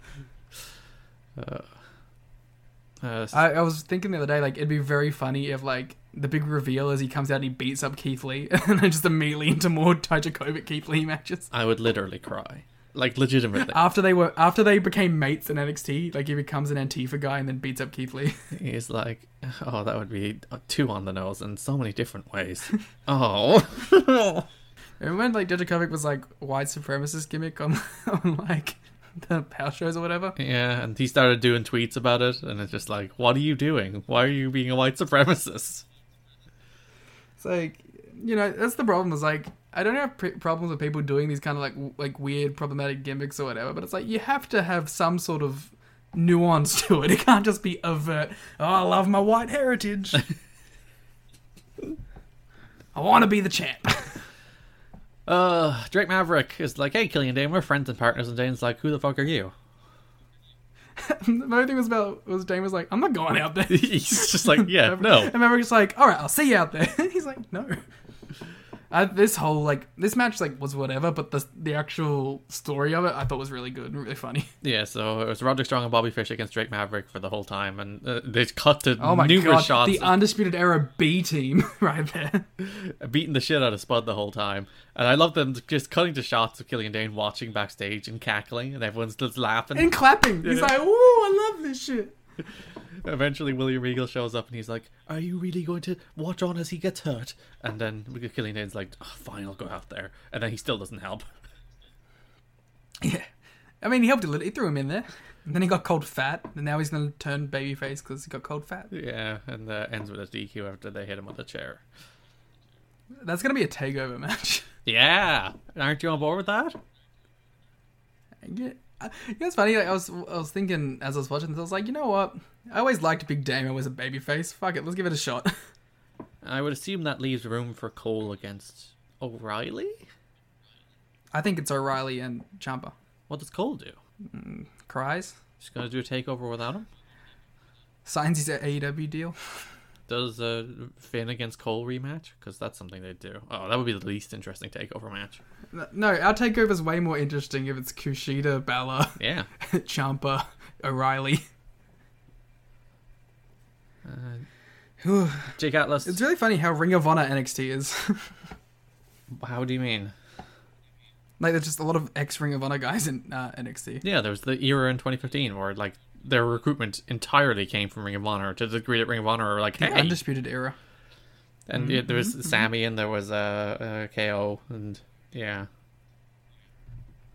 Speaker 3: Uh,
Speaker 4: I, I was thinking the other day, like it'd be very funny if like the big reveal is he comes out and he beats up Keith Lee, and then just immediately into more Dijakovic Keith Lee matches.
Speaker 3: I would literally cry, like legitimately.
Speaker 4: After they were after they became mates in NXT, like he becomes an Antifa guy and then beats up Keith Lee.
Speaker 3: He's like, oh, that would be two on the nose in so many different ways. oh,
Speaker 4: Remember, like Dijakovic was like white supremacist gimmick on, on like the power shows or whatever.
Speaker 3: yeah. And he started doing tweets about it, and it's just like, what are you doing? Why are you being a white supremacist?
Speaker 4: It's like you know that's the problem. Is like I don't have pr- problems with people doing these kind of like w- like weird problematic gimmicks or whatever, but it's like you have to have some sort of nuance to it. It can't just be overt. Oh, I love my white heritage. I want to be the champ.
Speaker 3: Uh, Drake Maverick is like, hey, Killian Dane, we're friends and partners, and Dane's like, who the fuck are you?
Speaker 4: the only thing was about was Dane was like, I'm not going out there.
Speaker 3: He's just like, yeah, no.
Speaker 4: And Maverick's like, all right, I'll see you out there. He's like, no. I, this whole like this match like was whatever, but the the actual story of it I thought was really good and really funny.
Speaker 3: Yeah, so it was Roderick Strong and Bobby Fish against Drake Maverick for the whole time, and uh, they cut to
Speaker 4: Oh my
Speaker 3: numerous
Speaker 4: god,
Speaker 3: shots,
Speaker 4: the undisputed era B team right there.
Speaker 3: beating the shit out of Spud the whole time. And I love them just cutting to shots of Killian Dane watching backstage and cackling, and everyone's just laughing.
Speaker 4: And clapping. He's like, ooh, I love this shit.
Speaker 3: Eventually, William Regal shows up and he's like, "Are you really going to watch on as he gets hurt?" And then Killian Dane's like, oh, "Fine, I'll go out there." And then he still doesn't help.
Speaker 4: Yeah. I mean, he helped a little. He threw him in there. And then he got cold fat. And now he's going to turn babyface because he got cold fat.
Speaker 3: Yeah, and uh, ends with a DQ after they hit him with a chair.
Speaker 4: That's going to be a takeover match.
Speaker 3: Yeah, aren't you on board with that?
Speaker 4: Yeah, I- you know, it's funny. Like, I was, I was thinking as I was watching this, I was like, you know what? I always liked Big Damo as a babyface. Fuck it, let's give it a shot.
Speaker 3: I would assume that leaves room for Cole against O'Reilly.
Speaker 4: I think it's O'Reilly and Champa.
Speaker 3: What does Cole do?
Speaker 4: Cries,
Speaker 3: Just gonna do a takeover without him?
Speaker 4: signs his AEW deal.
Speaker 3: Does uh, Finn against Cole rematch? Because that's something they do. Oh, that would be the least interesting takeover match.
Speaker 4: No, our takeover's way more interesting if it's Kushida, Balor,
Speaker 3: Yeah.
Speaker 4: Champa, O'Reilly.
Speaker 3: Jake Atlas.
Speaker 4: It's really funny how Ring of Honor NXT is.
Speaker 3: How do you mean?
Speaker 4: like, there's just a lot of ex Ring of Honor guys in uh, NXT.
Speaker 3: Yeah, there was the era in 2015 where like their recruitment entirely came from Ring of Honor to the degree that Ring of Honor are like, hey,
Speaker 4: Undisputed era.
Speaker 3: and yeah, there was Sammy and there was uh, uh KO and yeah,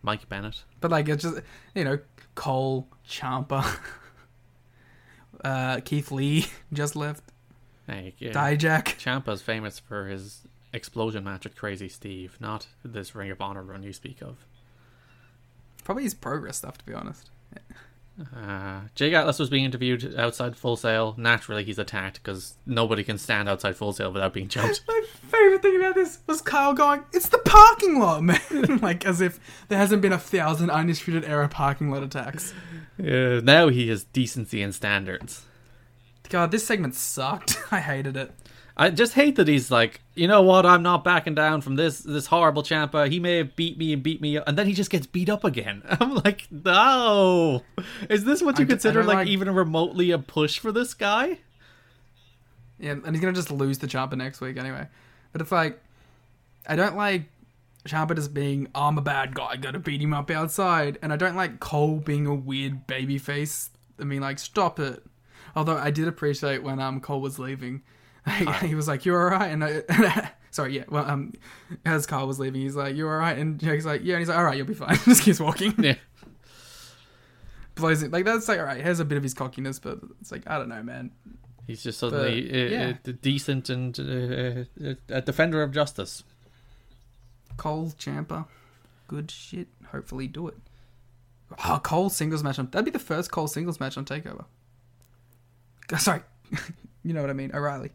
Speaker 3: Mike Bennett.
Speaker 4: But like it's just you know Cole Champa, uh, Keith Lee just left.
Speaker 3: Hey, yeah.
Speaker 4: Dijak.
Speaker 3: Champa's famous for his explosion match with Crazy Steve, not this Ring of Honor run you speak of.
Speaker 4: Probably his progress stuff to be honest.
Speaker 3: Uh, Jake Atlas was being interviewed outside Full Sail. Naturally, he's attacked because nobody can stand outside Full Sail without being jumped.
Speaker 4: My favorite thing about this was Kyle going, "It's the parking lot, man!" like as if there hasn't been a thousand undisputed era parking lot attacks.
Speaker 3: yeah, Uh, now he has decency and standards.
Speaker 4: God, this segment sucked. I hated it.
Speaker 3: I just hate that he's like, you know what? I'm not backing down from this this horrible Champa. He may have beat me and beat me, and then he just gets beat up again. I'm like, no. Is this what you
Speaker 4: I d- I
Speaker 3: consider
Speaker 4: don't
Speaker 3: like,
Speaker 4: like-
Speaker 3: even remotely a push for this guy?
Speaker 4: Yeah, and he's gonna just lose to Champa next week anyway. But it's like, I don't like Champa just being I'm a bad guy, gotta beat him up outside, and I don't like Cole being a weird baby face. I mean, like, stop it. Although I did appreciate when um Cole was leaving, he was like, "You're alright," and I. Sorry, yeah. Well, um, as Kyle was leaving, he's like, "You're all right," and Jake's like, "Yeah," and he's like, "All right, you'll be fine." just keeps walking.
Speaker 3: Yeah.
Speaker 4: blows it. Like that's like all right. Here's a bit of his cockiness, but it's like I don't know, man.
Speaker 3: He's just suddenly
Speaker 4: But,
Speaker 3: uh,
Speaker 4: yeah.
Speaker 3: uh, decent and uh, uh, a defender of justice.
Speaker 4: Cole Champa, good shit. Hopefully, do it. Oh, Cole singles match on. That'd be the first Cole singles match on Takeover. Uh, Sorry, you know what I mean. O'Reilly.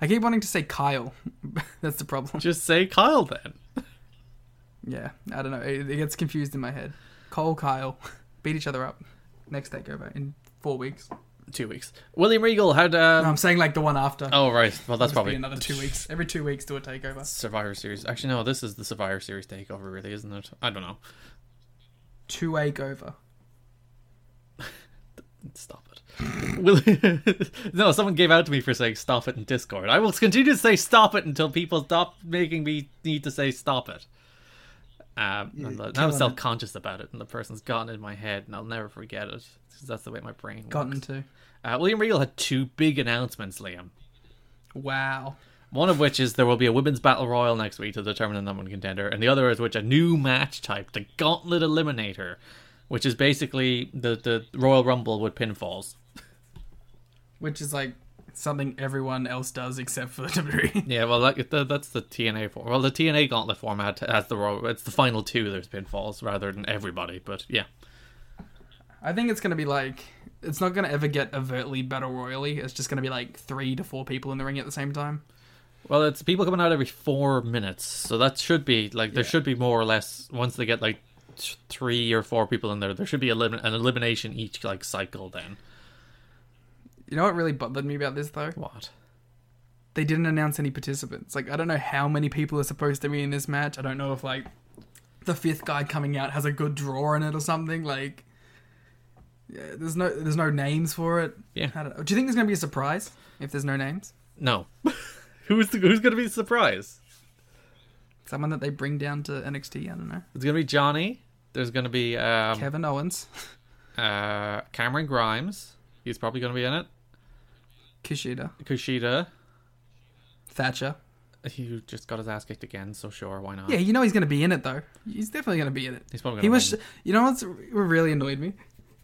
Speaker 4: I keep wanting to say Kyle. that's the problem.
Speaker 3: Just say Kyle then.
Speaker 4: Yeah, I don't know. It, it gets confused in my head. Cole, Kyle, beat each other up. Next takeover in four weeks.
Speaker 3: Two weeks. William Regal had. Um...
Speaker 4: No, I'm saying like the one after.
Speaker 3: Oh right, well that's
Speaker 4: Must be
Speaker 3: probably
Speaker 4: another two weeks. Every two weeks, do a takeover.
Speaker 3: Survivor Series. Actually, no, this is the Survivor Series takeover, really, isn't it? I don't know.
Speaker 4: Two takeover.
Speaker 3: Stop it. Will- no, someone gave out to me for saying stop it in Discord. I will continue to say stop it until people stop making me need to say stop it. Um, and the- I'm
Speaker 4: it.
Speaker 3: self conscious about it, and the person's gotten in my head, and I'll never forget it. 'cause that's the way my brain works.
Speaker 4: Gotten to.
Speaker 3: Uh, William Regal had two big announcements, Liam.
Speaker 4: Wow.
Speaker 3: One of which is there will be a women's battle royal next week to determine the number one contender, and the other is which a new match type, the Gauntlet Eliminator, which is basically the the Royal Rumble with pinfalls.
Speaker 4: Which is like something everyone else does except for WWE.
Speaker 3: Yeah, well, that, that, that's the TNA for well the TNA Gauntlet format has the Royal. It's the final two. There's pinfalls rather than everybody, but yeah,
Speaker 4: I think it's gonna be like it's not gonna ever get overtly battle royally. It's just gonna be like three to four people in the ring at the same time.
Speaker 3: well, it's people coming out every four minutes, so that should be like there should be more or less once they get like th- three or four people in there, there should be elimin- an elimination each like cycle. Then
Speaker 4: You know what really bothered me about this though?
Speaker 3: what?
Speaker 4: they didn't announce any participants. Like, I don't know how many people are supposed to be in this match. I don't know if, like, the fifth guy coming out has a good draw in it or something. Like, yeah, there's no there's no names for it.
Speaker 3: Yeah.
Speaker 4: I don't know. Do you think there's going to be a surprise if there's no names?
Speaker 3: No. who's the, who's going to be surprised?
Speaker 4: Someone that they bring down to NXT? I don't know.
Speaker 3: It's going to be Johnny. There's going to be um,
Speaker 4: Kevin Owens,
Speaker 3: uh, Cameron Grimes. He's probably going to be in it.
Speaker 4: Kushida,
Speaker 3: Kushida.
Speaker 4: Thatcher.
Speaker 3: He just got his ass kicked again, so sure, why not?
Speaker 4: Yeah, you know he's going to be in it though. He's definitely going to be in it.
Speaker 3: He's probably
Speaker 4: he
Speaker 3: gonna
Speaker 4: was.
Speaker 3: win.
Speaker 4: You know what's what really annoyed me?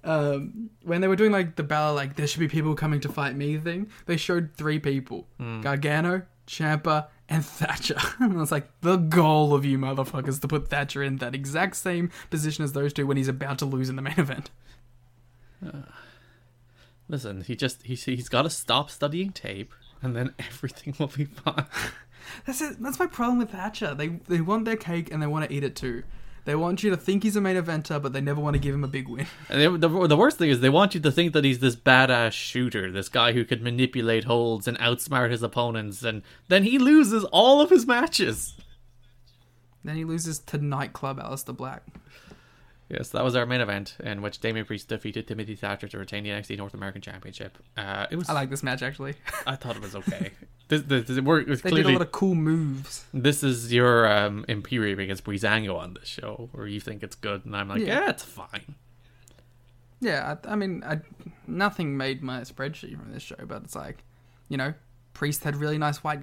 Speaker 4: Um, when they were doing like the battle, like there should be people coming to fight me thing. They showed three people:
Speaker 3: Hmm.
Speaker 4: Gargano, Champa, and Thatcher. and I was like, the goal of you motherfuckers to put Thatcher in that exact same position as those two when he's about to lose in the main event.
Speaker 3: Listen, he just he's he's got to stop studying tape, and then everything will be fine.
Speaker 4: That's it. That's my problem with Thatcher. They they want their cake and they want to eat it too. They want you to think he's a main eventer, but they never want to give him a big win.
Speaker 3: And they- the, the worst thing is they want you to think that he's this badass shooter, this guy who can manipulate holds and outsmart his opponents, and then he loses all of his matches.
Speaker 4: Then he loses to nightclub Alistair Black.
Speaker 3: Yes, that was our main event in which Damien Priest defeated Timothy Thatcher to retain the NXT North American Championship. Uh, it was
Speaker 4: I like this match actually.
Speaker 3: I thought it was okay. this, this, this, we're, it's
Speaker 4: They
Speaker 3: clearly
Speaker 4: did a lot of cool moves.
Speaker 3: this is your um, Imperium against Breezango on this show, where you think it's good, and I'm like,
Speaker 4: Yeah.
Speaker 3: yeah, it's fine.
Speaker 4: Yeah, I, I mean, I, nothing made my spreadsheet from this show, but it's like, you know, Priest had really nice white.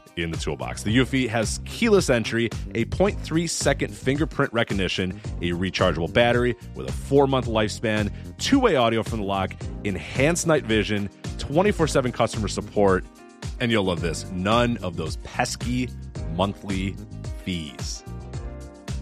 Speaker 5: in the toolbox. The Eufy has keyless entry, a 0.3 second fingerprint recognition, a rechargeable battery with a four month lifespan, two way audio from the lock, enhanced night vision, 24 7 customer support, and you'll love this none of those pesky monthly fees.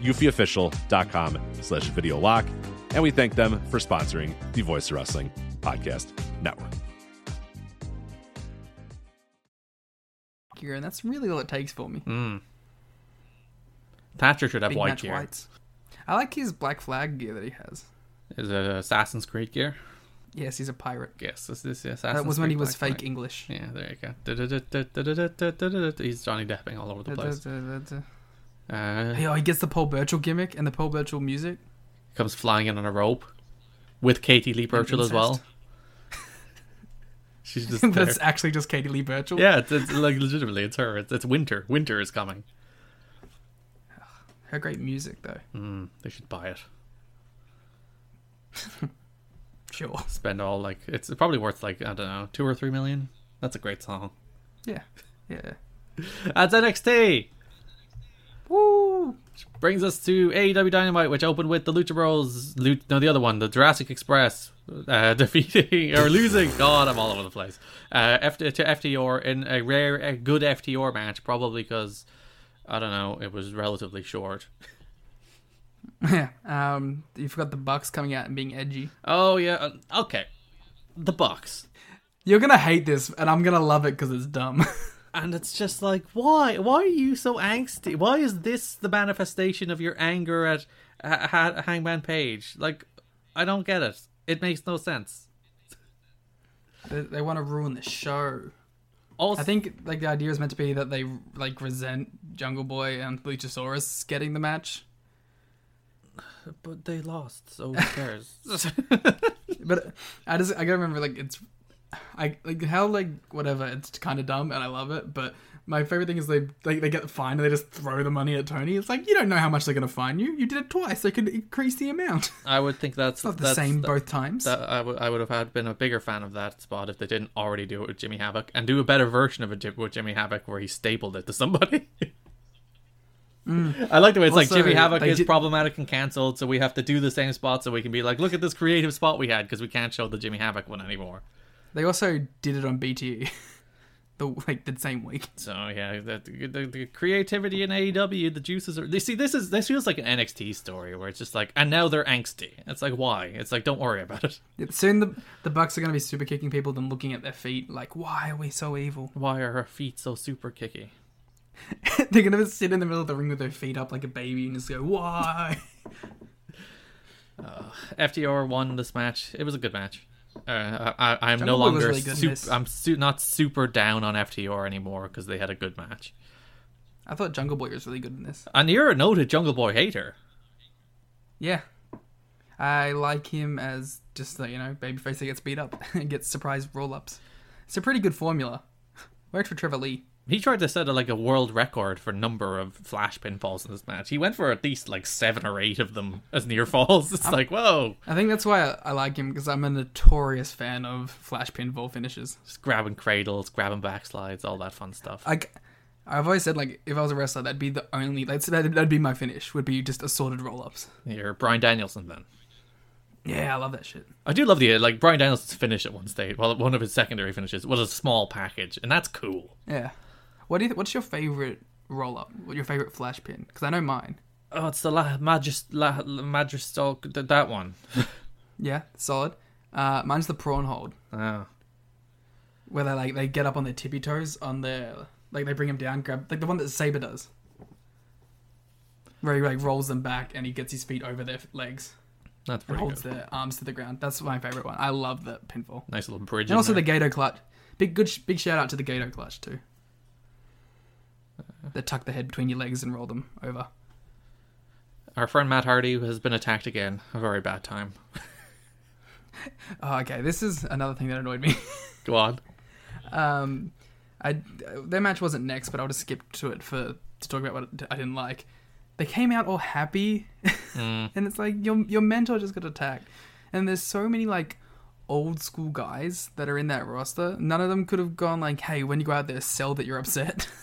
Speaker 5: eufyofficial.com slash video lock. And we thank them for sponsoring the Voice of Wrestling Podcast Network.
Speaker 4: gear, and that's really all it takes for me.
Speaker 3: Thatcher should have
Speaker 4: Big
Speaker 3: Mm, white
Speaker 4: match
Speaker 3: gear.
Speaker 4: whites. I like his black flag gear that he has.
Speaker 3: Is it Assassin's Creed gear?
Speaker 4: Yes, he's a pirate.
Speaker 3: Yes, this is the Assassin's
Speaker 4: That was when
Speaker 3: Creed
Speaker 4: he was
Speaker 3: Black
Speaker 4: fake
Speaker 3: Flag.
Speaker 4: English.
Speaker 3: Yeah, there you go. He's Johnny Depping all over the
Speaker 4: Da,
Speaker 3: place.
Speaker 4: da, da, da, da.
Speaker 3: Uh,
Speaker 4: Hey, oh, he gets the Paul Burchill gimmick and the Paul Burchill music.
Speaker 3: comes flying in on a rope with Katie Lee Burchill as well.
Speaker 4: incest.
Speaker 3: She's just there.
Speaker 4: That's actually just Katie Lee Burchill.
Speaker 3: Yeah, it's, it's like legitimately, it's her. It's, it's winter. Winter is coming.
Speaker 4: Her great music, though.
Speaker 3: Mm. They should buy it.
Speaker 4: Sure.
Speaker 3: Spend all like it's probably worth like I don't know two or three million. That's a great song.
Speaker 4: Yeah. Yeah.
Speaker 3: That's NXT.
Speaker 4: Woo!
Speaker 3: Brings us to AEW Dynamite, which opened with the Lucha Bros. Lu- no, the other one, the Jurassic Express, uh, defeating or losing. God, I'm all over the place. Uh, F- to FTR in a rare, a good FTR match, probably because I don't know, it was relatively short.
Speaker 4: Yeah. Um, you forgot the Bucks coming out and being edgy.
Speaker 3: Oh yeah, uh, okay. The Bucks,
Speaker 4: You're gonna hate this, and I'm gonna love it because it's dumb.
Speaker 3: and it's just like, why? Why are you so angsty? Why is this the manifestation of your anger at ha- ha- Hangman Page? Like, I don't get it. It makes no sense.
Speaker 4: they they want to ruin the show.
Speaker 3: Also,
Speaker 4: I think like the idea is meant to be that they like resent Jungle Boy and Luchasaurus getting the match,
Speaker 3: but they lost, so who cares?
Speaker 4: but I just I gotta remember like it's I like how like whatever it's kind of dumb and I love it, but my favorite thing is they they, they get fined and they just throw the money at Tony. It's like you don't know how much they're gonna fine you. You did it twice. They could increase the amount.
Speaker 3: I would think that's
Speaker 4: Not the
Speaker 3: that's,
Speaker 4: same
Speaker 3: that-
Speaker 4: both times.
Speaker 3: That I would I would have had been a bigger fan of that spot if they didn't already do it with Jimmy Havoc and do a better version of it Jim- with Jimmy Havoc where he stapled it to somebody. I like the way it's
Speaker 4: Also,
Speaker 3: like Jimmy Havoc
Speaker 4: they
Speaker 3: is
Speaker 4: did-
Speaker 3: problematic and cancelled, so we have to do the same spot so we can be like, look at this creative spot we had because we can't show the Jimmy Havoc one anymore.
Speaker 4: They also did it on BTE, the like the same week.
Speaker 3: So yeah, the, the, the creativity in AEW, the juices are. They see this is this feels like an NXT story where it's just like, and now they're angsty. It's like why? It's like don't worry about it.
Speaker 4: Soon the the Bucks are gonna be super kicking people, then looking at their feet like, why are we so evil?
Speaker 3: Why are her feet so super kicky?
Speaker 4: They're gonna sit in the middle of the ring with their feet up like a baby and just go, why?
Speaker 3: FTR won this match. It was a good match. Uh, I, I- I'm no
Speaker 4: Jungle Boy was
Speaker 3: longer
Speaker 4: really good in
Speaker 3: sup-
Speaker 4: this.
Speaker 3: I'm su- not super down on FTR anymore because they had a good match.
Speaker 4: I thought Jungle Boy was really good in this.
Speaker 3: And you're a noted Jungle Boy hater.
Speaker 4: Yeah, I like him as just the you know babyface that gets beat up and gets surprise roll ups. It's a pretty good formula. Worked for Trevor Lee.
Speaker 3: He tried to set a, like a world record for number of flash pinfalls in this match. He went for at least like seven or eight of them as near falls. It's like whoa,
Speaker 4: I think that's why I, I like him because I'm a notorious fan of flash pinball finishes.
Speaker 3: just grabbing cradles, grabbing backslides, all that fun stuff.
Speaker 4: like I've always said like if I was a wrestler that'd be the only that's that'd, that'd be my finish would be just assorted roll ups.
Speaker 3: You're Brian Danielson then.
Speaker 4: Yeah, I love that shit.
Speaker 3: I do love the uh, like Brian Danielson's finish at one stage. Well, one of his secondary finishes was a small package, and that's cool.
Speaker 4: Yeah. What do you, what's your favorite roll up? What your favorite flash pin? Because I know mine.
Speaker 3: Oh, it's the La Magist La Magistal th- that one.
Speaker 4: Yeah, solid. Uh, mine's the prawn hold
Speaker 3: Oh.
Speaker 4: where they like they get up on their tippy toes on their like they bring him down, grab like the one that Saber does. Where he like rolls them back and he gets his feet over their legs
Speaker 3: That's
Speaker 4: and
Speaker 3: pretty
Speaker 4: holds
Speaker 3: good.
Speaker 4: their arms to the ground. That's my favorite one. I love the pinfall.
Speaker 3: Nice little bridge.
Speaker 4: And also
Speaker 3: in
Speaker 4: the
Speaker 3: there.
Speaker 4: Gato clutch. Big good, sh- big shout out to the Gato clutch too. They tuck the head between your legs and roll them over.
Speaker 3: Our friend Matt Hardy has been attacked again. A very bad time.
Speaker 4: Oh, okay, this is another thing that annoyed me.
Speaker 3: Go on.
Speaker 4: Um, I their match wasn't next, but I'll just skip to it for to talk about what I didn't like. They came out all happy, and it's like your your mentor just got attacked, and there's so many like old school guys that are in that roster. None of them could have gone like, "Hey, when you go out there, sell that you're upset."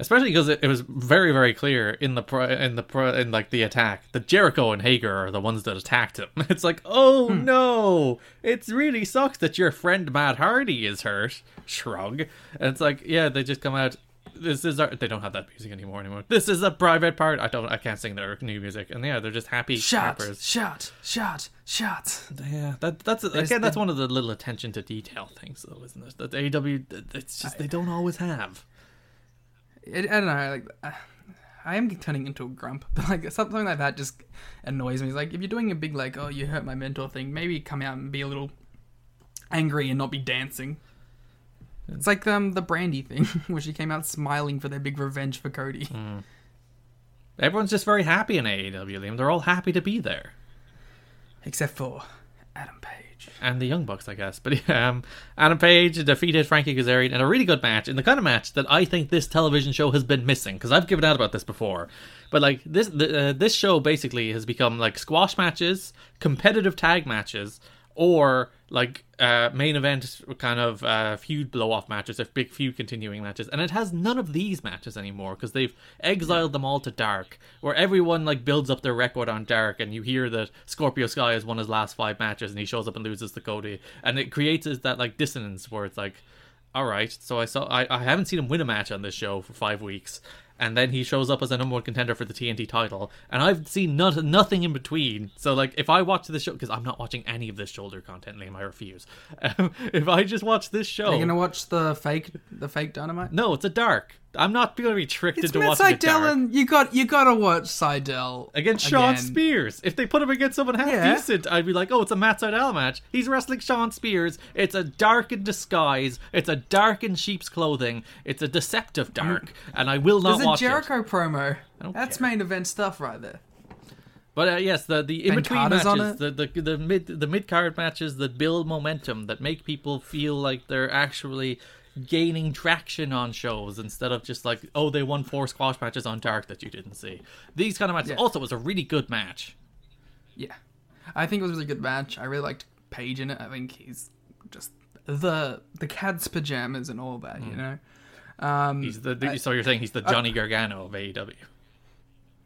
Speaker 3: Especially because it, it was very, very clear in the pro, in the pro, in like the attack that Jericho and Hager are the ones that attacked him. It's like, oh no, it really sucks that your friend Matt Hardy is hurt. Shrug. And it's like, yeah, they just come out. This is our. They don't have that music anymore. Anymore. This is a private part. I don't. I can't sing their new music. And yeah, they're just happy
Speaker 4: shot,
Speaker 3: rappers.
Speaker 4: shot, shot, shot.
Speaker 3: Yeah, that that's
Speaker 4: There's
Speaker 3: again. That's
Speaker 4: the-
Speaker 3: one of the little attention to detail things, though, isn't it? That AW. It's just they don't always have.
Speaker 4: It, I don't know. Like, I, I am turning into a grump, but like something like that just annoys me. It's like if you're doing a big like, oh, you hurt my mentor thing, maybe come out and be a little angry and not be dancing.
Speaker 3: Hmm.
Speaker 4: It's like um, the Brandy thing, where she came out smiling for their big revenge for Cody.
Speaker 3: Hmm. Everyone's just very happy in E AEW, Liam. They're all happy to be there.
Speaker 4: Except for Adam Page.
Speaker 3: And the Young Bucks, I guess. But yeah, um, Adam Page defeated Frankie Kazarian in a really good match, in the kind of match that I think this television show has been missing, because I've given out about this before. But like this, the, uh, this show basically has become like squash matches, competitive tag matches, or like uh, main event kind of uh, feud blow off matches, if big feud continuing matches, and it has none of these matches anymore because they've exiled them all to Dark, where everyone like builds up their record on Dark, and you hear that Scorpio Sky has won his last five matches, and he shows up and loses to Cody, and it creates that like dissonance where it's like, all right, so I saw I, I haven't seen him win a match on this show for five weeks, and then he shows up as a number one contender for the TNT title, and I've seen not, nothing in between. So like, if I watch this show, because I'm not watching any of this shoulder content, Liam, I refuse. Um, if I just watch this show,
Speaker 4: Are you gonna watch the fake, the fake Dynamite?
Speaker 3: Oh. no, it's a dark. I'm not going to be tricked
Speaker 4: It's
Speaker 3: into
Speaker 4: Matt
Speaker 3: watching a
Speaker 4: Seidel,
Speaker 3: dark.
Speaker 4: and you got you gotta watch Seidel
Speaker 3: Against Sean
Speaker 4: again.
Speaker 3: Spears. If they put him against someone half
Speaker 4: Yeah.
Speaker 3: decent, I'd be like, oh, it's a Matt Seidel match. He's wrestling Sean Spears. It's a dark in disguise. It's a dark in sheep's clothing. It's a deceptive dark. And I will not
Speaker 4: There's a
Speaker 3: watch it.
Speaker 4: Mm. Jericho promo.
Speaker 3: don't
Speaker 4: That's
Speaker 3: care.
Speaker 4: main event stuff right there.
Speaker 3: But uh, yes, the the in between matches,
Speaker 4: Carter's on
Speaker 3: the, the the mid the mid card matches that build momentum, that make people feel like they're actually gaining traction on shows instead of just like oh they won four squash matches on Dark that you didn't see. These kind of matches.
Speaker 4: Yeah.
Speaker 3: Also, it was a really good match.
Speaker 4: Yeah. I think it was a really good match. I really liked Paige in it. I think he's just the the cat's pajamas and all that, you know. Um,
Speaker 3: He's the, so you're saying he's the Johnny Gargano of E AEW.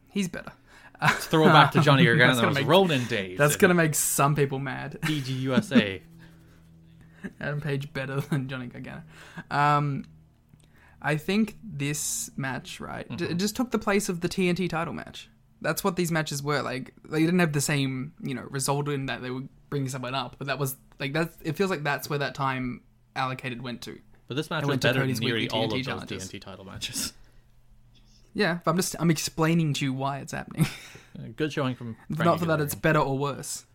Speaker 4: he's better.
Speaker 3: Throwback to Johnny
Speaker 4: That's
Speaker 3: Gargano's
Speaker 4: gonna make-
Speaker 3: Ronin days.
Speaker 4: That's
Speaker 3: in
Speaker 4: gonna make some people mad.
Speaker 3: DGUSA.
Speaker 4: Adam Page better than Johnny Gargano. Um, I think this match, right, d- it just took the place of the TNT title match. That's what these matches were like. They didn't have the same, you know, result in that they would bring someone up, but that was like that's. It feels like that's where that time allocated went to.
Speaker 3: But this match
Speaker 4: I
Speaker 3: was
Speaker 4: went to
Speaker 3: better than
Speaker 4: Cody's
Speaker 3: nearly
Speaker 4: weekly
Speaker 3: all of
Speaker 4: TNT
Speaker 3: those
Speaker 4: challenges.
Speaker 3: TNT title matches.
Speaker 4: Yeah, but I'm just I'm explaining to you why it's happening.
Speaker 3: Good showing from.
Speaker 4: Not
Speaker 3: Frankie
Speaker 4: for that it's
Speaker 3: Kazarian.
Speaker 4: better or worse.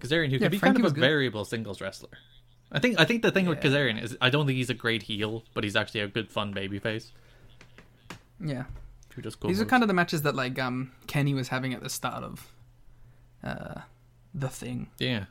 Speaker 3: Kazarian, who can be
Speaker 4: Frankie
Speaker 3: kind of
Speaker 4: was
Speaker 3: a
Speaker 4: good.
Speaker 3: variable singles wrestler. I think I think the thing with
Speaker 4: Yeah.
Speaker 3: Kazarian is I don't think he's a great heel, but he's actually a good fun babyface
Speaker 4: Yeah,
Speaker 3: who does cool.
Speaker 4: these are
Speaker 3: moves.
Speaker 4: kind of the matches that like um Kenny was having at the start of, uh, the thing.
Speaker 3: yeah.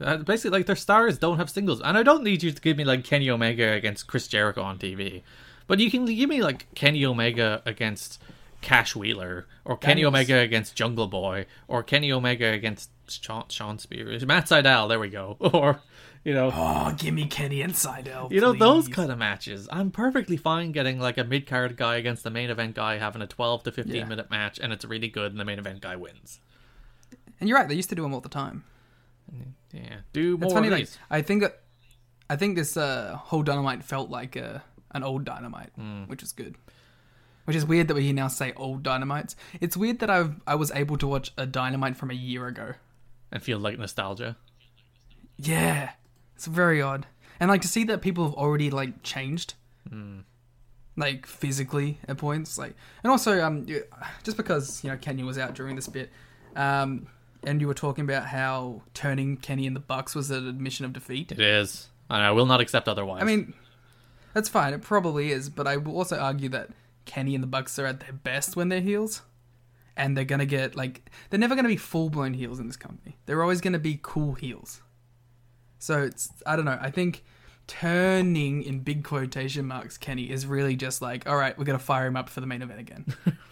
Speaker 3: Uh, basically, like their stars don't have singles, and I don't need you to give me like Kenny Omega against Chris Jericho on TV, but you can give me like Kenny Omega against Cash Wheeler, or Kenny
Speaker 4: was-
Speaker 3: Omega against Jungle Boy, or Kenny Omega against Sean, Sean Spears, Matt Seidel. There we go. Or you know,
Speaker 4: Oh, give me Kenny and Seidel.
Speaker 3: You know those
Speaker 4: please.
Speaker 3: kind of matches. I'm perfectly fine getting like a mid card guy against the main event guy having a 12 to 15
Speaker 4: Yeah.
Speaker 3: minute match, and it's really good, and the main event guy wins.
Speaker 4: And you're right. They used to do them all the time.
Speaker 3: Yeah, do more
Speaker 4: It's
Speaker 3: of
Speaker 4: funny. Like
Speaker 3: these.
Speaker 4: I think that I think this uh, whole dynamite felt like uh, an old dynamite,
Speaker 3: Hmm.
Speaker 4: which is good. Which is weird that we now say old dynamites. It's weird that I I was able to watch a dynamite from a year ago.
Speaker 3: and feel like nostalgia.
Speaker 4: Yeah, it's very odd. And like to see that people have already like changed, like physically at points. Like, and also um, you- just because you know Kenny was out during this bit, um, and you were talking about how turning Kenny in the Bucks was an admission of defeat.
Speaker 3: It is. and I will not accept otherwise.
Speaker 4: I mean, that's fine. It probably is, but I will also argue that Kenny and the Bucks are at their best when they're heels, and they're gonna get like they're never gonna be full blown heels in this company. They're always gonna be cool heels. So it's I don't know. I think turning in big quotation marks Kenny is really just like, all right, we're gonna fire him up for the main event again.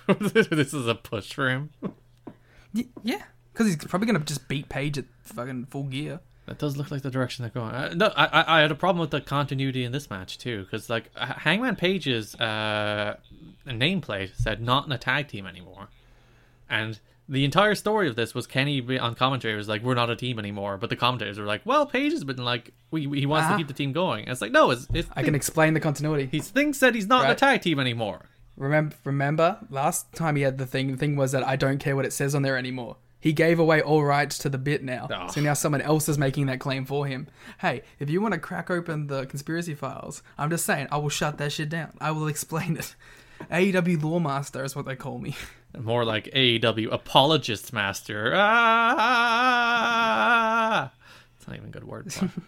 Speaker 3: this is a push for him.
Speaker 4: Y- yeah, because he's probably gonna just beat Paige at fucking full gear.
Speaker 3: That does look like the direction they're going. Uh, no, I, I, I had a problem with the continuity in this match too, because like H- Hangman Page's uh, nameplate said not in a tag team anymore, and the entire story of this was Kenny be- on commentary was like, "We're not a team anymore," but the commentators were like, "Well, Page has been like, we, we- he wants
Speaker 4: Uh-huh.
Speaker 3: to keep the team going." And it's like, no, it's, it's
Speaker 4: I can explain the continuity.
Speaker 3: He's thing said he's not in a
Speaker 4: Right.
Speaker 3: tag team anymore.
Speaker 4: Remember, remember last time he had the thing. The thing was that I don't care what it says on there anymore. He gave away all rights to the bit now,
Speaker 3: Oh.
Speaker 4: so now someone else is making that claim for him. Hey, if you want to crack open the conspiracy files, I'm just saying I will shut that shit down. I will explain it. AEW Lawmaster is what they call me.
Speaker 3: More like AEW apologist master. Ah! It's not even a good word. but-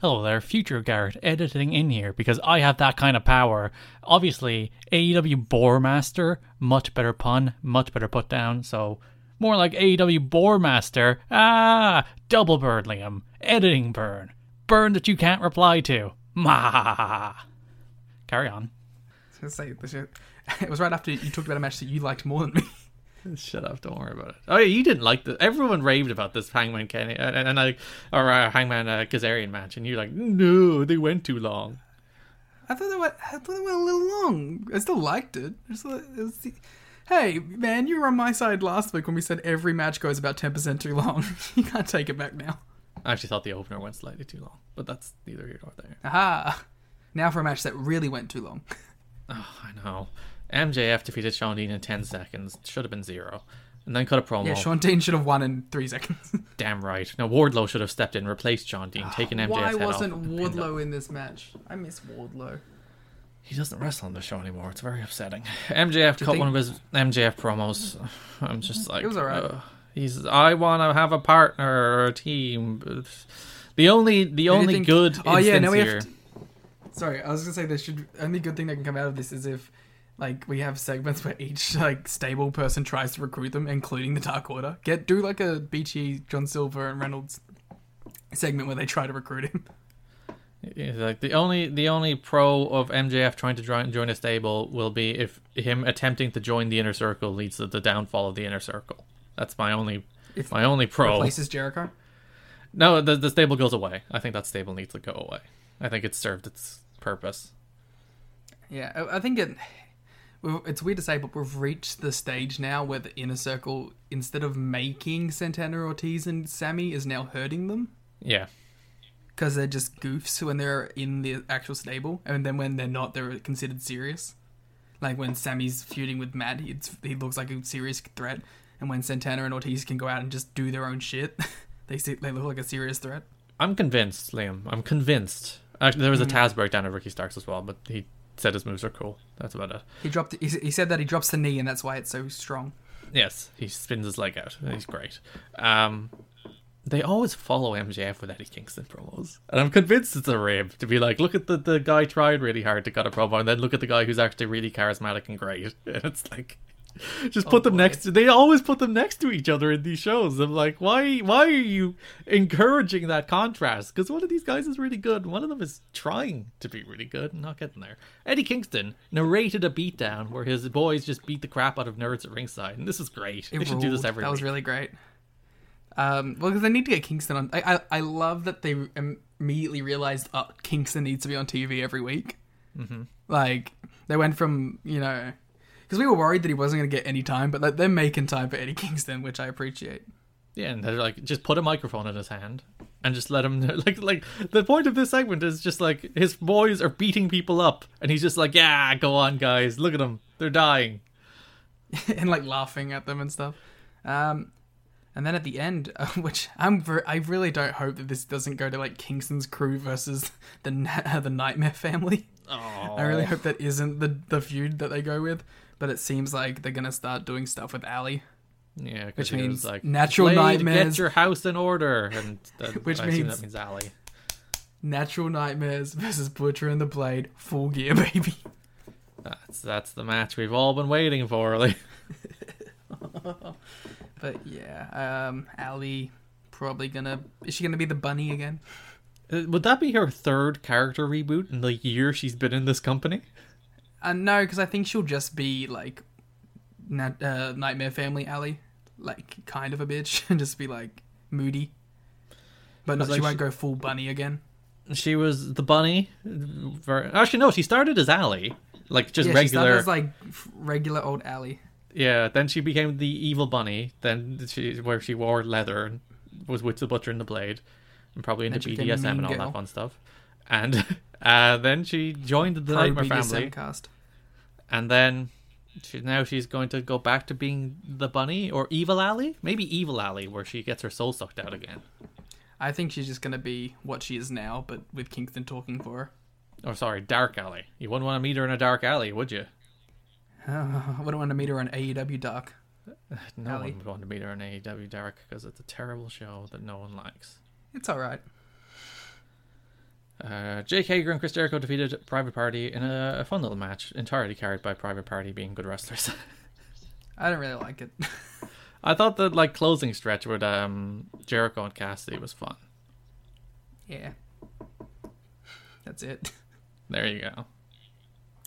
Speaker 6: Hello there, future Garrett, editing in here because I have that kind of power. Obviously, AEW Boremaster, much better pun, much better put down, so more like AEW Boremaster. Ah, double burn, Liam. Editing burn. Burn that you can't reply to. Ma. Carry on.
Speaker 4: Just say the shit. It was right after you talked about a match that you liked more than me.
Speaker 3: Shut up! Don't worry about it. Oh, yeah, you didn't like this. Everyone raved about this Hangman Kenny uh, and, and, and I or uh, Hangman uh, Kazarian match, and you're like, no, they went too long.
Speaker 4: I thought they went. I thought they went a little long. I still liked it. I just thought it was- hey, man, you were on my side last week when we said every match goes about ten percent too long. you can't take it back now.
Speaker 3: I actually thought the opener went slightly too long, but that's neither here nor there.
Speaker 4: Ah, Aha! Now for a match that really went too long.
Speaker 3: I know. MJF defeated Sean Dean in ten seconds. Should have been zero, and then cut a promo.
Speaker 4: Yeah, Sean Dean should have won in three seconds.
Speaker 3: Damn right. Now Wardlow should have stepped in, replaced Sean Dean, taken MJF's
Speaker 4: Ah, Why
Speaker 3: head
Speaker 4: wasn't
Speaker 3: off. and pinned him.
Speaker 4: Wardlow in this match? I miss Wardlow.
Speaker 3: He doesn't wrestle on the show anymore. It's very upsetting. MJF cut
Speaker 4: think-
Speaker 3: one of his MJF promos. I'm just like,
Speaker 4: was alright.
Speaker 3: "Ugh." he's. I want to have a partner or a team. The only, the only
Speaker 4: think-
Speaker 3: good.
Speaker 4: Oh, yeah,
Speaker 3: instance
Speaker 4: now we have
Speaker 3: here-
Speaker 4: to- Sorry, I was gonna say there should only good thing that can come out of this is if like we have segments where each like stable person tries to recruit them, including the Dark Order. Get do like a Beachy, John Silver, and Reynolds segment where they try to recruit him.
Speaker 3: He's like the only the only pro of MJF trying to join join a stable will be if him attempting to join the inner circle leads to the downfall of the inner circle. That's my only
Speaker 4: If-
Speaker 3: my only pro.
Speaker 4: Places Jericho.
Speaker 3: No, the the stable goes away. I think that stable needs to go away. I think it's served its purpose.
Speaker 4: Yeah, I, I think it. well, It's weird to say, but we've reached the stage now where the inner circle, instead of making Santana Ortiz and Sammy, is now hurting them
Speaker 3: Yeah.
Speaker 4: because they're just goofs when they're in the actual stable, and then when they're not, they're considered serious. Like when Sammy's feuding with Matt, he, it's, he looks like a serious threat, and when Santana and Ortiz can go out and just do their own shit, they see, they look like a serious threat.
Speaker 3: I'm convinced, Liam. I'm convinced. Actually, there was a Taz breakdown of Ricky Starks as well, but he said his moves are cool. That's about it.
Speaker 4: He dropped. He, he said that he drops the knee, and that's why it's so strong.
Speaker 3: Yes, he spins his leg out. He's great. Um, they always follow MJF with Eddie Kingston promos, and I'm convinced it's a rib to be like, look at the the guy tried really hard to cut a promo, and then look at the guy who's actually really charismatic and great. And it's like. Just
Speaker 4: Oh,
Speaker 3: put them next to. They always put them next to each other in these shows. I'm like, why? Why are you encouraging that contrast? Because one of these guys is really good, and one of them is trying to be really good and not getting there. Eddie Kingston narrated a beatdown where his boys just beat the crap out of nerds at ringside, and this is great.
Speaker 4: It
Speaker 3: they should do this
Speaker 4: ruled.
Speaker 3: every.
Speaker 4: That was
Speaker 3: week.
Speaker 4: really great. Um, well, because they need to get Kingston on. I, I, I love that they im- immediately realized oh, Kingston needs to be on TV every week. Mm-hmm. Like they went from you know, because we were worried that he wasn't going to get any time, but like, they're making time for Eddie Kingston, which I appreciate.
Speaker 3: Yeah, and they're like, just put a microphone in his hand and just let him like like the point of this segment is just like his boys are beating people up, and he's just like, yeah, go on, guys, look at them, they're dying.
Speaker 4: and like laughing at them and stuff. Um, and then at the end, uh, which I'm ver- I really don't hope that this doesn't go to like Kingston's crew versus the na- the Nightmare family. I really hope that isn't the the feud that they go with. But it seems like they're gonna start doing stuff with Ali,
Speaker 3: Yeah, 'cause
Speaker 4: Which
Speaker 3: he was
Speaker 4: means
Speaker 3: like
Speaker 4: natural
Speaker 3: "Blade,
Speaker 4: nightmares."
Speaker 3: Get your house in order, and that,
Speaker 4: Which
Speaker 3: I assume
Speaker 4: means-
Speaker 3: that means Ally.
Speaker 4: Natural Nightmares versus Butcher and the Blade, full gear, baby.
Speaker 3: That's that's the match we've all been waiting for. Like,
Speaker 4: But yeah, um, Ali probably gonna is she gonna be the bunny again?
Speaker 3: Uh, would that be her third character reboot in the year she's been in this company?
Speaker 4: Uh, no, because I think she'll just be like Nat- uh, Nightmare Family Ali, like kind of a bitch, and just be like moody. But not,
Speaker 3: like
Speaker 4: she won't
Speaker 3: she-
Speaker 4: go full bunny again.
Speaker 3: She was the bunny. uh, ver- Actually, no, she started as Ally, like just
Speaker 4: Yeah, she
Speaker 3: regular.
Speaker 4: started as like f- regular old Ali.
Speaker 3: Yeah, then she became the evil bunny. Then she where she wore leather and was with the butcher and the blade, and probably into
Speaker 4: she became a
Speaker 3: BDSM and
Speaker 4: mean
Speaker 3: all that
Speaker 4: girl.
Speaker 3: fun stuff. And uh, then she joined the
Speaker 4: Pro
Speaker 3: Nightmare
Speaker 4: BDSM
Speaker 3: family,
Speaker 4: cast.
Speaker 3: and then she, now she's going to go back to being the bunny or evil alley, maybe evil alley, where she gets her soul sucked out again.
Speaker 4: I think she's just gonna be what she is now, but with Kingston talking for her.
Speaker 3: Or sorry, dark alley. You wouldn't want to meet her in a dark alley, would you?
Speaker 4: Uh, I wouldn't want to meet her on AEW Dark.
Speaker 3: No
Speaker 4: Alley.
Speaker 3: one would want to meet her in AEW dark because it's a terrible show that no one likes.
Speaker 4: It's all right.
Speaker 3: Uh, Jake Hager and Chris Jericho defeated Private Party in a, a fun little match, entirely carried by Private Party being good wrestlers.
Speaker 4: I don't really like it.
Speaker 3: I thought the like closing stretch with um, Jericho and Cassidy was fun.
Speaker 4: yeah, that's it.
Speaker 3: There you go.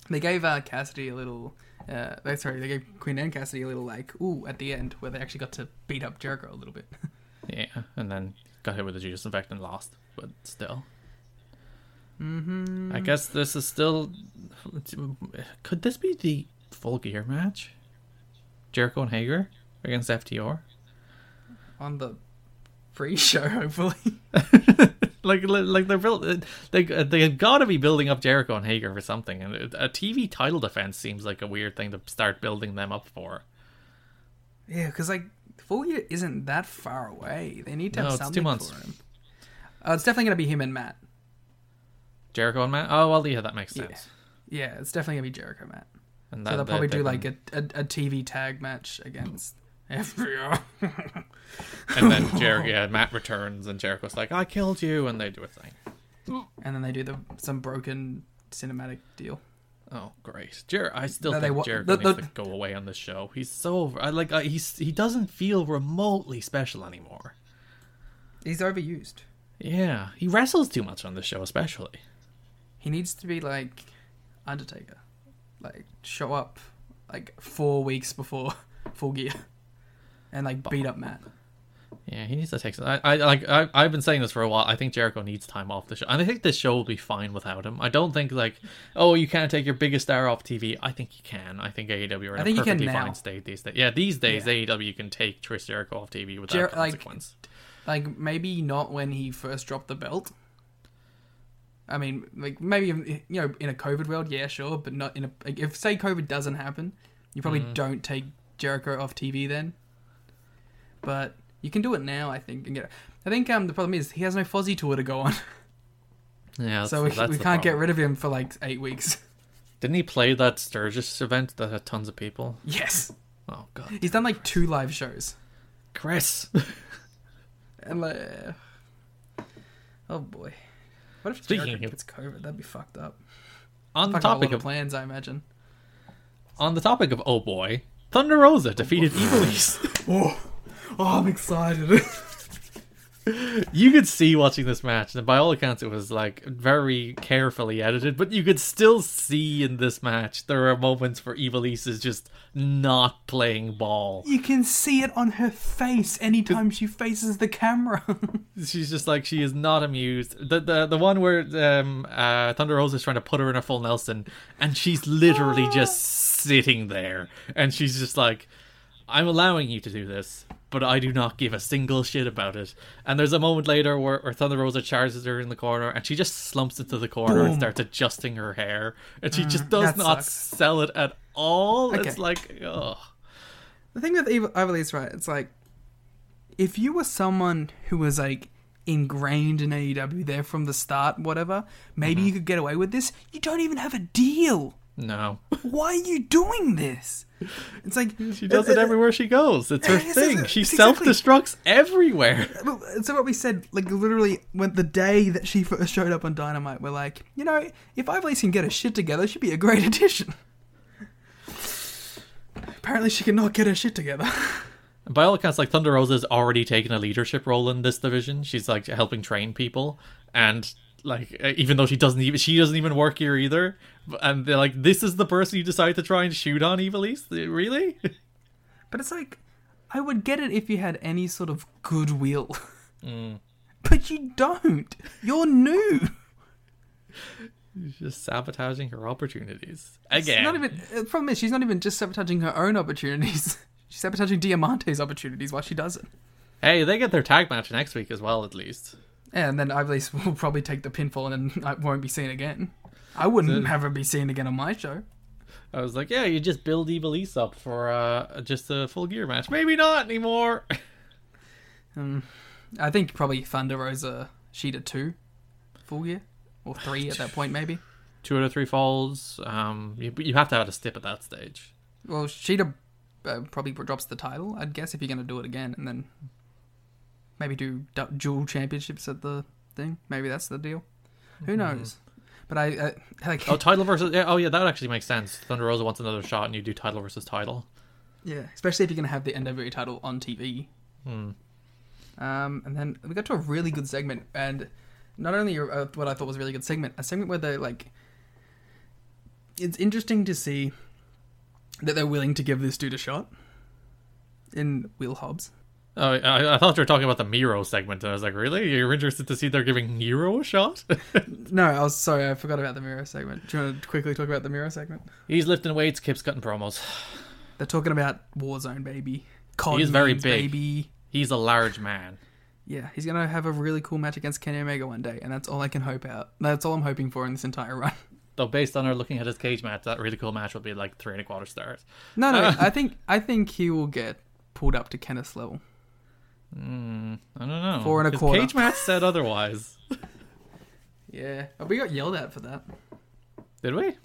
Speaker 4: They gave uh, Cassidy a little. Uh, they- sorry, they gave Queen and Cassidy a little like ooh at the end where they actually got to beat up Jericho a little bit.
Speaker 3: Yeah, and then got hit with a Judas Effect and lost, but still. Mm-hmm. I guess this is still. Could this be the full gear match? Jericho and Hager against FTR.
Speaker 4: On the pre-show, hopefully.
Speaker 3: Like, li- like they're built, uh, they they've got to be building up Jericho and Hager for something, and a TV title defense seems like a weird thing to start building them up for.
Speaker 4: yeah, because like Full Gear isn't that far away. They need to have
Speaker 3: No, it's two
Speaker 4: something
Speaker 3: months.
Speaker 4: for him. Uh, it's definitely gonna be him and Matt.
Speaker 3: Jericho and Matt. Oh well, yeah, that makes sense.
Speaker 4: Yeah, it's definitely gonna be Jericho Matt.
Speaker 3: And
Speaker 4: So
Speaker 3: that-
Speaker 4: they'll probably
Speaker 3: Uh, they-
Speaker 4: do
Speaker 3: they
Speaker 4: like a, a, a TV tag match against FBR.
Speaker 3: can- and then Jericho, yeah, Matt returns, and Jericho's like, "I killed you," and they do a thing.
Speaker 4: and then they do the some broken cinematic deal.
Speaker 3: Oh great, Jer! I still
Speaker 4: No, they
Speaker 3: think
Speaker 4: wa-
Speaker 3: Jericho
Speaker 4: the- the-
Speaker 3: needs to go away on this show. He's so I like I, he's he doesn't feel remotely special anymore.
Speaker 4: He's overused.
Speaker 3: Yeah, he wrestles too much on this show, especially.
Speaker 4: He needs to be like Undertaker, like show up like four weeks before Full Gear, and like beat up Matt.
Speaker 3: Yeah, he needs to take some. I, I like. I, I've been saying this for a while. I think Jericho needs time off the show, and I think this show will be fine without him. I don't think like, oh, you can't take your biggest star off TV. I think you can. I think AEW are in
Speaker 4: I think
Speaker 3: a
Speaker 4: you can
Speaker 3: perfectly
Speaker 4: now.
Speaker 3: fine state these days. Yeah, these days
Speaker 4: Yeah.
Speaker 3: AEW can take Chris Jericho off TV without
Speaker 4: Jer- like-
Speaker 3: consequence.
Speaker 4: Like maybe not when he first dropped the belt. I mean, like maybe in- you know in a COVID world, yeah, sure, but not in a like, if say COVID doesn't happen, you probably
Speaker 3: Mm-hmm.
Speaker 4: don't take Jericho off TV then. But you can do it now, I think. And get, I think um the problem is he has no Fozzy tour to go on,
Speaker 3: yeah,
Speaker 4: so we,
Speaker 3: that's- that's
Speaker 4: we
Speaker 3: the
Speaker 4: can't get
Speaker 3: problem.
Speaker 4: rid of him for like eight weeks.
Speaker 3: Didn't he play that Sturgis event that had tons of people?
Speaker 4: Yes.
Speaker 3: Oh God,
Speaker 4: He's done like two live shows.
Speaker 3: Chris.
Speaker 4: And like Oh boy. What if
Speaker 3: Speaking
Speaker 4: Jericho
Speaker 3: of-
Speaker 4: gets COVID? That'd be fucked up.
Speaker 3: on the
Speaker 4: Fuck up a
Speaker 3: topic
Speaker 4: lot of
Speaker 3: of
Speaker 4: plans, I imagine.
Speaker 3: on the topic of oh boy, Thunder Rosa defeated Evil East.
Speaker 4: Oh, I'm excited.
Speaker 3: you could see watching this match, and by all accounts, it was like very carefully edited. But you could still see in this match there are moments where Evilise is just not playing ball.
Speaker 4: you can see it on her face anytime she faces the camera.
Speaker 3: She's just like she is not amused. The the the one where um uh Thunder Rosa is trying to put her in a full Nelson, and she's literally
Speaker 4: Ah.
Speaker 3: just sitting there, and she's just like, "I'm allowing you to do this." But I do not give a single shit about it. And there's a moment later where, where Thunder Rosa charges her in the corner, and she just slumps into the corner and starts adjusting her hair, and she just does
Speaker 4: Mm, that
Speaker 3: not
Speaker 4: sucks.
Speaker 3: sell it at all.
Speaker 4: Okay.
Speaker 3: It's like, oh,
Speaker 4: the thing with Evil Ivy Lee's right, it's like if you were someone who was like ingrained in E
Speaker 3: Mm-hmm.
Speaker 4: AEW there from the start, whatever, maybe you could get away with this. You don't even have a deal.
Speaker 3: No.
Speaker 4: Why are you doing this? It's like uh,
Speaker 3: She does it everywhere she goes. It's her
Speaker 4: Yes, yes,
Speaker 3: thing.
Speaker 4: yes,
Speaker 3: She self
Speaker 4: exactly.
Speaker 3: destructs everywhere.
Speaker 4: But- So what we said, like literally, when the day that she first showed up on Dynamite, we're like, you know, if Ivelisse can get her shit together, she'd be a great addition. Apparently, she cannot get her shit together.
Speaker 3: By all accounts, like Thunder Rosa's already taken a leadership role in this division. She's like helping train people, and like uh, even though she doesn't even she doesn't even work here either. b- And they're like, this is the person you decide to try and shoot on, Evilise? Really?
Speaker 4: But it's like, I would get it if you had any sort of goodwill.
Speaker 3: Mm.
Speaker 4: But you don't. You're new.
Speaker 3: Just sabotaging her opportunities again.
Speaker 4: It's not even. The problem is, she's not even just sabotaging her own opportunities. She's sabotaging Diamante's opportunities while she does it.
Speaker 3: Hey, they get their tag match next week as well, at least.
Speaker 4: And then Ivelisse will probably take the pinfall and then I won't be seen again. I wouldn't have her be seen again on my show.
Speaker 3: I was like, yeah, you just build Evilise up for uh, just a full gear match. Maybe not anymore.
Speaker 4: I think probably Thunder Rosa Sheeta 2 full year. Or 3 at that point, maybe.
Speaker 3: Two out of three falls. Um, you, you have to have a stip at that stage.
Speaker 4: Well, Sheeta uh, probably drops the title, I'd guess, if you're going to do it again. And then maybe do du- dual championships at the thing. Maybe that's the deal. Who knows? But I. Uh, like,
Speaker 3: Oh, title versus. Yeah, oh, yeah, that actually makes sense. Thunder Rosa wants another shot, and you do title versus title.
Speaker 4: Yeah, especially if you're going to have the NWA title on TV.
Speaker 3: Hmm.
Speaker 4: Um, and then we got to a really good segment, and not only uh, what I thought was a really good segment, a segment where they like. It's interesting to see that they're willing to give this dude a shot. In Will Hobbs,
Speaker 3: Oh, I, I thought you were talking about the Miro segment, and I was like, really? You're interested to see they're giving Miro a shot?
Speaker 4: no, I was sorry, I forgot about the mirror segment. Do you want to quickly talk about the mirror segment?
Speaker 3: He's lifting weights, keeps cutting promos.
Speaker 4: They're talking about Warzone, baby. COD
Speaker 3: He is very
Speaker 4: means
Speaker 3: big.
Speaker 4: baby.
Speaker 3: He's a large man.
Speaker 4: Yeah, he's gonna have a really cool match against Kenny Omega one day, and that's all I can hope out. That's all I'm hoping for in this entire run.
Speaker 3: Though, based on her looking at his cage match, that really cool match would be like three and a quarter stars.
Speaker 4: No, no, I think I think he will get pulled up to Kenneth's level.
Speaker 3: I don't know.
Speaker 4: Four and a
Speaker 3: His
Speaker 4: quarter.
Speaker 3: Cage match said otherwise.
Speaker 4: Yeah, oh, we got yelled at for that.
Speaker 3: Did we?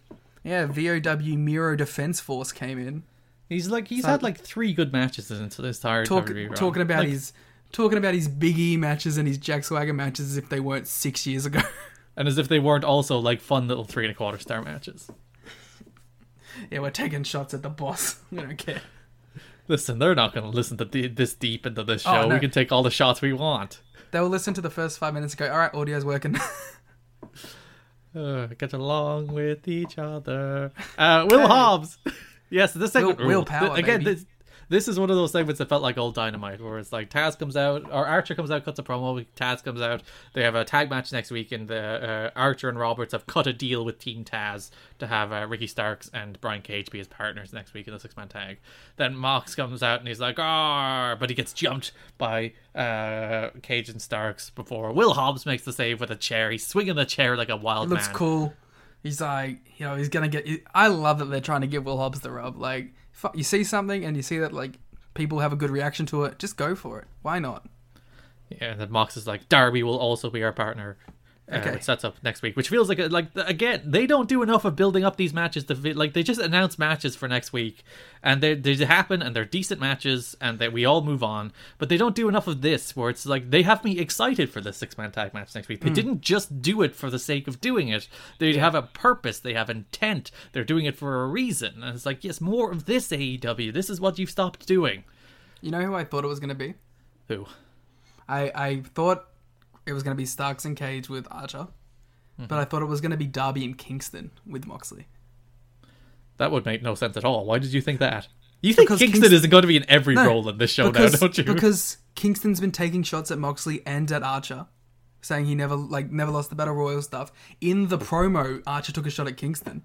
Speaker 4: Yeah, VOW Miro Defense Force came in
Speaker 3: He's like he's
Speaker 4: So-
Speaker 3: had like three good matches in this entire
Speaker 4: talk,
Speaker 3: WWE run.
Speaker 4: talking about
Speaker 3: Like,
Speaker 4: his talking about his Big E matches and his Jack Swagger matches as if they weren't six years ago.
Speaker 3: and as if they weren't also like fun little three and a quarter star matches.
Speaker 4: yeah, we're taking shots at the boss. We don't care.
Speaker 3: Listen, they're not going to listen to the, this deep into this
Speaker 4: Oh,
Speaker 3: show.
Speaker 4: no.
Speaker 3: We can take all the shots we want.
Speaker 4: They will listen to the first five minutes and go, "All right, audio's working."
Speaker 3: Uh, get along with each other. Uh, Will Hobbs. yes, this segment.
Speaker 4: Will-
Speaker 3: ruled.
Speaker 4: willpower,
Speaker 3: Th- Again,
Speaker 4: baby.
Speaker 3: this this is one of those segments that felt like old Dynamite, where it's like Taz comes out or Archer comes out, cuts a promo. Taz comes out. They have a tag match next week, and the uh, Archer and Roberts have cut a deal with Team Taz to have uh, Ricky Starks and Brian Cage be his partners next week in the six man tag. Then Mox comes out and he's like, "Ah!" but he gets jumped by uh, Cage and Starks before Will Hobbs makes the save with a chair. He's swinging the chair like a wild
Speaker 4: looks
Speaker 3: man.
Speaker 4: cool. He's like, you know, he's gonna get. I love that they're trying to give Will Hobbs the rub. Like, fu- you see something and you see that like people have a good reaction to it, just go for it. Why not?
Speaker 3: Yeah, and then Mox is like, Darby will also be our partner. Uh,
Speaker 4: Okay.
Speaker 3: Which sets up next week, which feels like a, like the- again they don't do enough of building up these matches. To fi- like they just announce matches for next week, and they they happen and they're decent matches, and that we all move on. But they don't do enough of this, where it's like they have me excited for the six man tag match next week. They didn't just do it for the sake of doing it. They have a purpose. They have intent. They're doing it for a reason. And it's like yes, more of this AEW. This is what you've stopped doing.
Speaker 4: You know who I thought it was gonna be?
Speaker 3: Who?
Speaker 4: I I thought it was gonna be Starks and Cage with Archer, but I thought it was gonna be Darby and Kingston with Moxley.
Speaker 3: That would make no sense at all. Why did you think that? You think
Speaker 4: Because
Speaker 3: Kingston,
Speaker 4: Kings-
Speaker 3: isn't going to be in every
Speaker 4: No,
Speaker 3: role in this show now, don't you?
Speaker 4: Because Kingston's been taking shots at Moxley and at Archer, saying he never like never lost the battle royal stuff. In the promo, Archer took a shot at Kingston.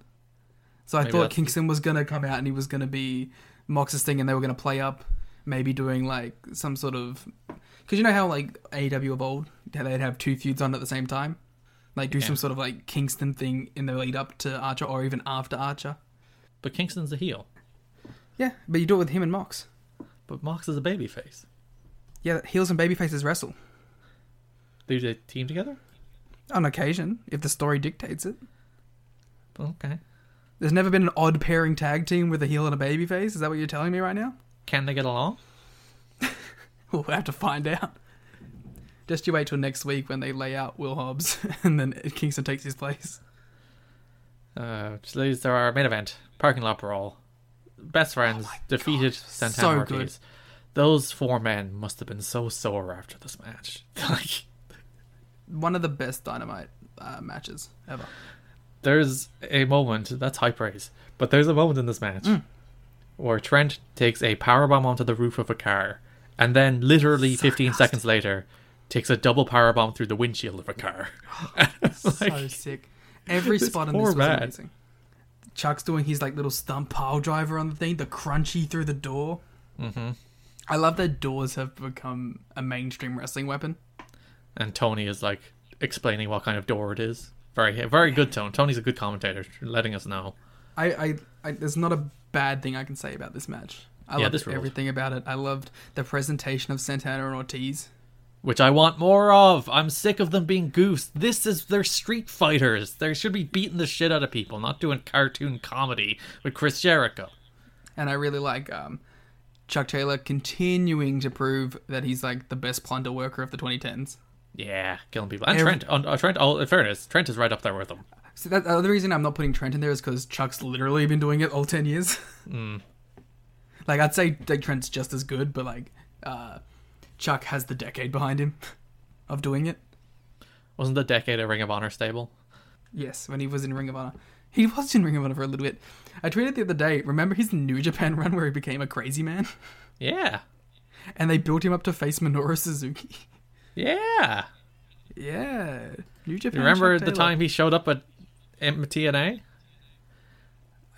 Speaker 4: So I thought
Speaker 3: that's-
Speaker 4: Kingston was gonna come out and he was gonna be Mox's thing, and they were gonna play up, maybe doing like some sort of because you know how like AEW of old, how they'd have two feuds on at the same time, like do some sort of like Kingston thing in the lead up to Archer or even after Archer.
Speaker 3: but Kingston's a heel.
Speaker 4: Yeah, but you do it with him and Mox.
Speaker 3: But Mox is a babyface.
Speaker 4: Yeah, heels and babyfaces wrestle.
Speaker 3: They they team together?
Speaker 4: On occasion, if the story dictates it.
Speaker 3: Okay.
Speaker 4: There's never been an odd pairing tag team with a heel and a baby face. Is that what you're telling me right now?
Speaker 3: Can they get along?
Speaker 4: We'll have to find out. Just you wait till next week when they lay out Will Hobbs and then Kingston takes his place.
Speaker 3: Uh, which leads to our main event, parking lot brawl. Best friends defeated Santana
Speaker 4: Oh So
Speaker 3: Ortiz.
Speaker 4: good.
Speaker 3: Those four men must have been so sore after this match. like,
Speaker 4: One of the best Dynamite uh, matches ever.
Speaker 3: there's a moment that's high praise, but there's a moment in this match where Trent takes a powerbomb onto the roof of a car, and then literally 15 seconds later, takes a double powerbomb through the windshield of a car.
Speaker 4: so sick. Every spot in this
Speaker 3: poor
Speaker 4: was
Speaker 3: man.
Speaker 4: amazing. Chuck's doing his like little stump pile driver on the thing, the crunchy through the door. Mm-hmm. I love that doors have become a mainstream wrestling weapon.
Speaker 3: and Tony is like explaining what kind of door it is. Very, very good tone. Tony's a good commentator, letting us know.
Speaker 4: I, I, I there's not a bad thing I can say about this match. I
Speaker 3: Yeah,
Speaker 4: loved
Speaker 3: this ruled.
Speaker 4: everything about it. I loved the presentation of Santana and Ortiz.
Speaker 3: which I want more of. I'm sick of them being goofs. This is they're street fighters. They should be beating the shit out of people, not doing cartoon comedy with Chris Jericho.
Speaker 4: And I really like um, Chuck Taylor continuing to prove that he's like the best plunder worker of the 2010s.
Speaker 3: Yeah, killing people. And
Speaker 4: Every-
Speaker 3: Trent, on uh, Trent. Oh, in fairness, Trent is right up there with them.
Speaker 4: So that, the other reason I'm not putting Trent in there is because Chuck's literally been doing it all 10 years.
Speaker 3: Hmm.
Speaker 4: Like, I'd say like, Trent's just as good, but like, uh, Chuck has the decade behind him of doing it.
Speaker 3: Wasn't the decade a Ring of Honor stable?
Speaker 4: Yes, when he was in Ring of Honor. He was in Ring of Honor for a little bit. I tweeted the other day, remember his New Japan run where he became a crazy man?
Speaker 3: Yeah,
Speaker 4: And they built him up to face Minoru Suzuki.
Speaker 3: yeah.
Speaker 4: Yeah. New Japan.
Speaker 3: You remember
Speaker 4: Chuck
Speaker 3: the
Speaker 4: Taylor.
Speaker 3: time he showed up at M- TNA?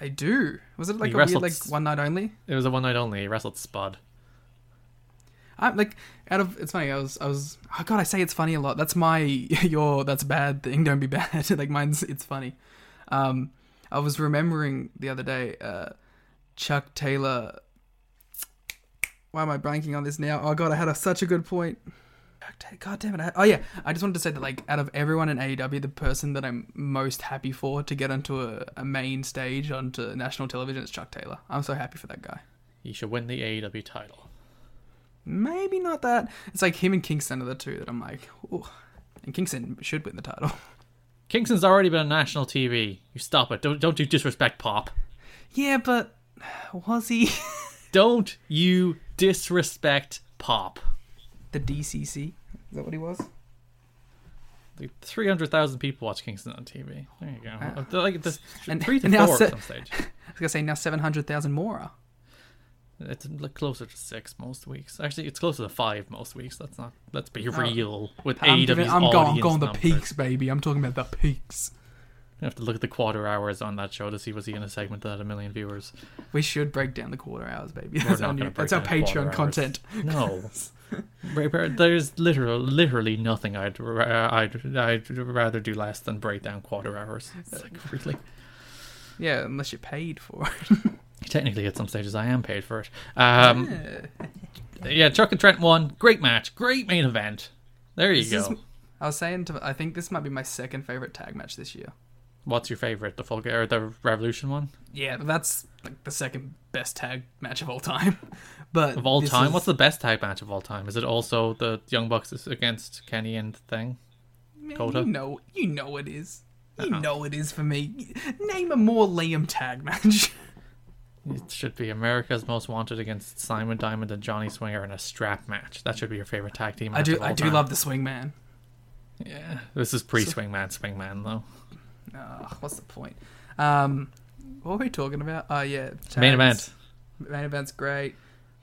Speaker 4: I do. Was it like
Speaker 3: He
Speaker 4: a
Speaker 3: wrestled
Speaker 4: weird, like,
Speaker 3: s-
Speaker 4: one night only?
Speaker 3: It was a one night only. He wrestled Spud.
Speaker 4: I'm like out of it's funny. I was I was oh god, I say it's funny a lot. That's my your that's bad thing. Don't be bad. like mine's it's funny. Um, I was remembering the other day. Uh, Chuck Taylor. Why am I blanking on this now? Oh god, I had a, such a good point. Chuck Ta- God damn it! I, oh yeah, I just wanted to say that like out of everyone in AEW, the person that I'm most happy for to get onto a, a main stage onto national television is Chuck Taylor. I'm so happy for that guy.
Speaker 3: He should win the AEW title.
Speaker 4: maybe not that. It's like him and Kingston are the two that I'm like, ooh. And Kingston should win the title.
Speaker 3: Kingston's already been on national TV. You stop it. Don't don't you disrespect Pop.
Speaker 4: yeah, but was he
Speaker 3: Don't you disrespect Pop.
Speaker 4: the DCC? Is that what he was?
Speaker 3: Like three hundred thousand people watch Kingston on TV. There you go. like this,
Speaker 4: Uh, and-
Speaker 3: three to
Speaker 4: and now
Speaker 3: four
Speaker 4: se-
Speaker 3: at some stage.
Speaker 4: I was gonna say now seven hundred thousand more. are.
Speaker 3: It's like closer to six most weeks. Actually, it's closer to five most weeks. Let's not. Let's be real with
Speaker 4: Oh. I'm,
Speaker 3: AEW's
Speaker 4: giving, I'm going, I'm
Speaker 3: E audience
Speaker 4: going the
Speaker 3: numbers.
Speaker 4: peaks, baby. I'm talking about the peaks.
Speaker 3: You have to look at the quarter hours on that show to see was he in a segment that had a million viewers.
Speaker 4: We should break down the quarter hours, baby. That's
Speaker 3: not
Speaker 4: our,
Speaker 3: gonna
Speaker 4: new,
Speaker 3: break
Speaker 4: that's our
Speaker 3: down the quarter
Speaker 4: Patreon
Speaker 3: hours.
Speaker 4: content.
Speaker 3: No, Ray Bar- there's literal, literally nothing I'd ra- I'd I'd rather do less than break down quarter hours. It's like really.
Speaker 4: Yeah, unless you're paid for it.
Speaker 3: Technically, at some stages, I am paid for it. Um, yeah, Chuck and Trent won. Great match. Great main event. There you
Speaker 4: This
Speaker 3: go.
Speaker 4: is- I was saying, to, I think this might be my second favorite tag match this year.
Speaker 3: What's your favorite? The Fulg or the Revolution one
Speaker 4: Yeah, that's like the second best tag match of all time. But
Speaker 3: of all
Speaker 4: this
Speaker 3: time?
Speaker 4: is-
Speaker 3: What's the best tag match of all time? Is it also the Young Bucks is against Kenny and thing?
Speaker 4: Man,
Speaker 3: Coulter?
Speaker 4: You know, you know it is. You
Speaker 3: Uh-uh.
Speaker 4: know it is for me. Name a more Liam tag match.
Speaker 3: It should be America's Most Wanted against Simon Diamond and Johnny Swinger in a strap match. That should be your favorite tag team. Match
Speaker 4: I do.
Speaker 3: of all
Speaker 4: I do
Speaker 3: time.
Speaker 4: love the swing man.
Speaker 3: Yeah, this is pre Swingman. Swingman though.
Speaker 4: Ugh, what's the point? Um, what were we talking about? Oh yeah,
Speaker 3: Main
Speaker 4: tags.
Speaker 3: event.
Speaker 4: Main event's great.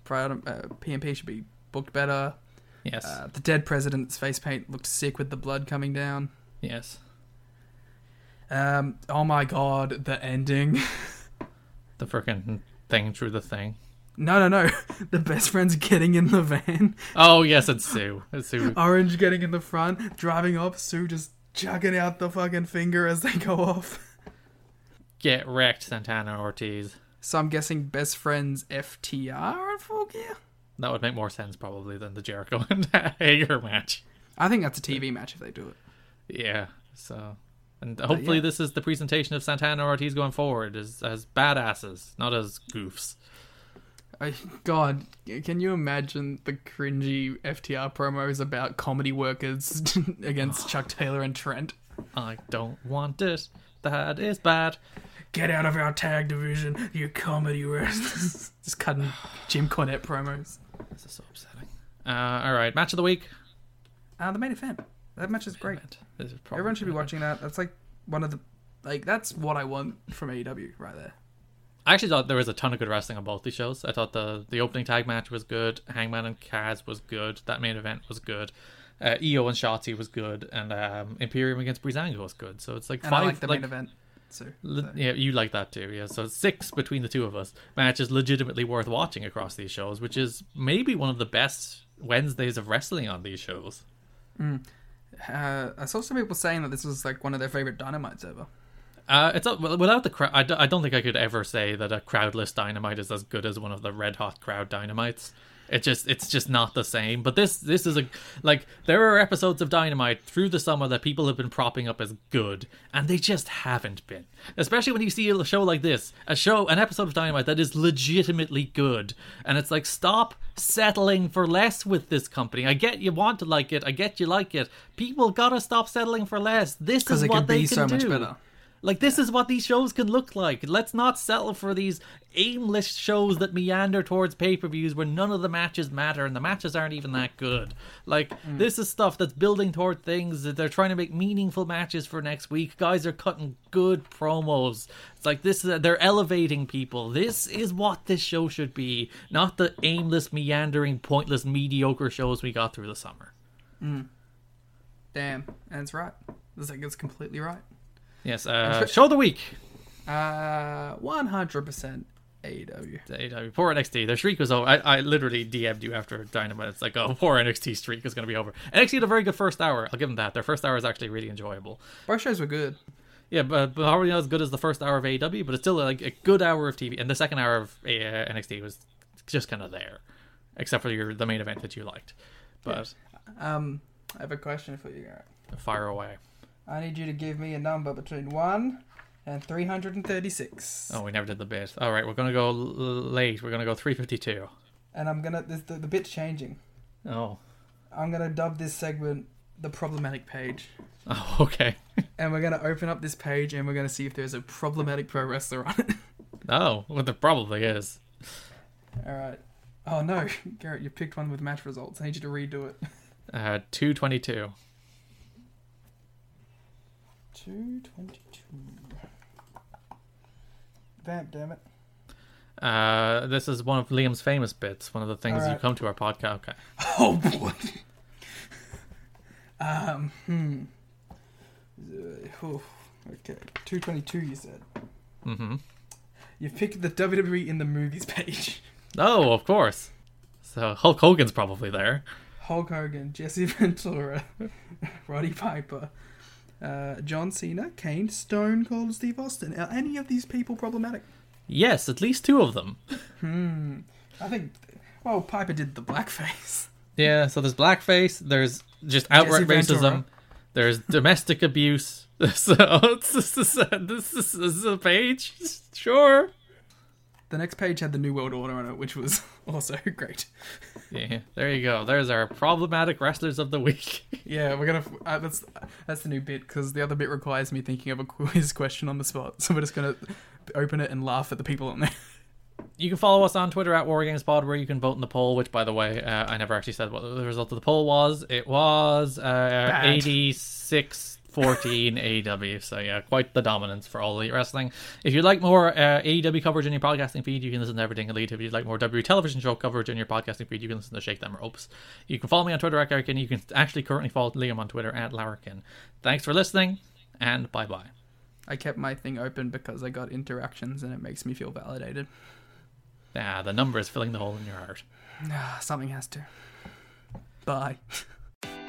Speaker 4: Pride, uh, PMP should be booked better.
Speaker 3: Yes.
Speaker 4: Uh, the dead president's face paint looked sick with the blood coming down.
Speaker 3: yes.
Speaker 4: Um, oh my god, the ending.
Speaker 3: The freaking thing through the thing.
Speaker 4: No, no, no. The best friend's getting in the van.
Speaker 3: Oh yes, it's Sue. It's Sue.
Speaker 4: Orange getting in the front, driving up, Sue just chugging out the fucking finger as they go off.
Speaker 3: Get wrecked, Santana Ortiz.
Speaker 4: So I'm guessing best friends FTR at full gear?
Speaker 3: That would make more sense probably than the Jericho and Hager match.
Speaker 4: I think that's a TV match if they do it.
Speaker 3: Yeah. So And hopefully, this is the presentation of Santana and Ortiz going forward as as badasses, not as goofs.
Speaker 4: I, God, can you imagine the cringy FTR promos about comedy workers against Chuck Taylor and Trent?
Speaker 3: I don't want it. That is bad.
Speaker 4: Get out of our tag division, you comedy workers. Just cutting Jim Cornette promos.
Speaker 3: This is so upsetting. Uh, all right, match of the week.
Speaker 4: Uh, the main event. That match is great.
Speaker 3: This is probably-
Speaker 4: Everyone should be watching that. That's like one of the. Like, that's what I want from AEW right there.
Speaker 3: I actually thought there was a ton of good wrestling on both these shows. I thought the the opening tag match was good. Hangman and Kaz was good. That main event was good. Uh, Io and Shotzi was good, and um, Imperium against Breezango was good. So it's like
Speaker 4: And
Speaker 3: five.
Speaker 4: I like the main event. So,
Speaker 3: le- yeah, you like that too. Yeah, so six between the two of us matches legitimately worth watching across these shows, which is maybe one of the best Wednesdays of wrestling on these shows.
Speaker 4: uh, I saw some people saying that this was like one of their favorite dynamites ever.
Speaker 3: Uh, it's not- well, without the crowd. I, d- I don't think I could ever say that a crowdless dynamite is as good as one of the red hot crowd dynamites. It just it's just not the same. But this this is a like there are episodes of Dynamite through the summer that people have been propping up as good, and they just haven't been. Especially when you see a show like this, a show an episode of Dynamite that is legitimately good, and it's like stop settling for less with this company. I get you want to like it, I get you like it. People gotta stop settling for less. This is
Speaker 4: it
Speaker 3: what
Speaker 4: could
Speaker 3: they
Speaker 4: be
Speaker 3: can
Speaker 4: so much
Speaker 3: do.
Speaker 4: better.
Speaker 3: Like this is what these shows can look like. Let's not settle for these aimless shows that meander towards pay-per-views where none of the matches matter and the matches aren't even that good. Like this is stuff that's building toward things that they're trying to make meaningful matches for next week. Guys are cutting good promos. It's like this is they're elevating people. This is what this show should be, not the aimless meandering pointless mediocre shows we got through the summer.
Speaker 4: Damn, and it's right. It's like it's completely right.
Speaker 3: Yes, uh, show of the week.
Speaker 4: Uh, one hundred percent E AEW.
Speaker 3: AEW. Poor NXT. Their streak was over. I, I literally DM'd you after Dynamite. It's like, oh, poor NXT streak is going to be over. NXT had a very good first hour. I'll give them that. Their first hour is actually really enjoyable.
Speaker 4: Both shows were good.
Speaker 3: Yeah, but, but probably not as good as the first hour of AEW, but it's still like a good hour of TV. And the second hour of uh, NXT was just kind of there, except for your the main event that you liked. But
Speaker 4: Um, I have a question for you. Garrett.
Speaker 3: fire away.
Speaker 4: I need you to give me a number between one and three hundred and thirty-six.
Speaker 3: Oh, we never did the bit. All right, we're going to go l- late. We're going to go 352.
Speaker 4: And I'm gonna this, the the bit's changing.
Speaker 3: Oh.
Speaker 4: I'm gonna dub this segment the problematic page.
Speaker 3: Oh, okay.
Speaker 4: And we're gonna open up this page and we're gonna see if there's a problematic pro wrestler on it.
Speaker 3: Oh, well, there probably is.
Speaker 4: All right. Oh no, Garrett, you picked one with match results. I need you to redo it.
Speaker 3: Uh, 222.
Speaker 4: Two twenty-two. Vamp, damn it.
Speaker 3: Uh, this is one of Liam's famous bits. One of the things you
Speaker 4: Alright.
Speaker 3: come to our podcast. Okay.
Speaker 4: Oh boy. um. Hmm. Uh, oof. Okay. Two twenty-two. You said.
Speaker 3: Mm-hmm.
Speaker 4: You picked the WWE in the movies page.
Speaker 3: Oh, of course. So Hulk Hogan's probably there.
Speaker 4: Hulk Hogan, Jesse Ventura, Roddy Piper, uh, John Cena, Kane, Stone Cold, Steve Austin. Are any of these people problematic?
Speaker 3: Yes, at least two of them.
Speaker 4: I think. Well, Piper did the blackface.
Speaker 3: Yeah. So there's blackface. There's just outright
Speaker 4: Jesse
Speaker 3: racism.
Speaker 4: Ventura.
Speaker 3: There's domestic abuse. So it's- this is a, this is, this is a page. Sure.
Speaker 4: The next page had the New World Order on it, which was also great.
Speaker 3: Yeah. There you go. There's our problematic wrestlers of the week.
Speaker 4: Yeah, we're gonna. Uh, that's that's the new bit because the other bit requires me thinking of a quiz question on the spot. So we're just gonna open it and laugh at the people on there.
Speaker 3: You can follow us on Twitter at WarGamesPod, where you can vote in the poll. Which, by the way, uh, I never actually said what the result of the poll was. It was uh, eighty-six fourteen AEW. So yeah, quite the dominance for all elite wrestling. If you'd like more uh, AEW coverage in your podcasting feed, you can listen to Everything Elite. If you'd like more W television show coverage in your podcasting feed, you can listen to Shake Them Ropes. You can follow me on Twitter at Garrican. You can actually currently follow Liam on Twitter at Larrikin. Thanks for listening, and bye bye.
Speaker 4: I kept my thing open because I got interactions and it makes me feel validated.
Speaker 3: Ah, the number is filling the hole in your heart.
Speaker 4: Ah, something has to. Bye.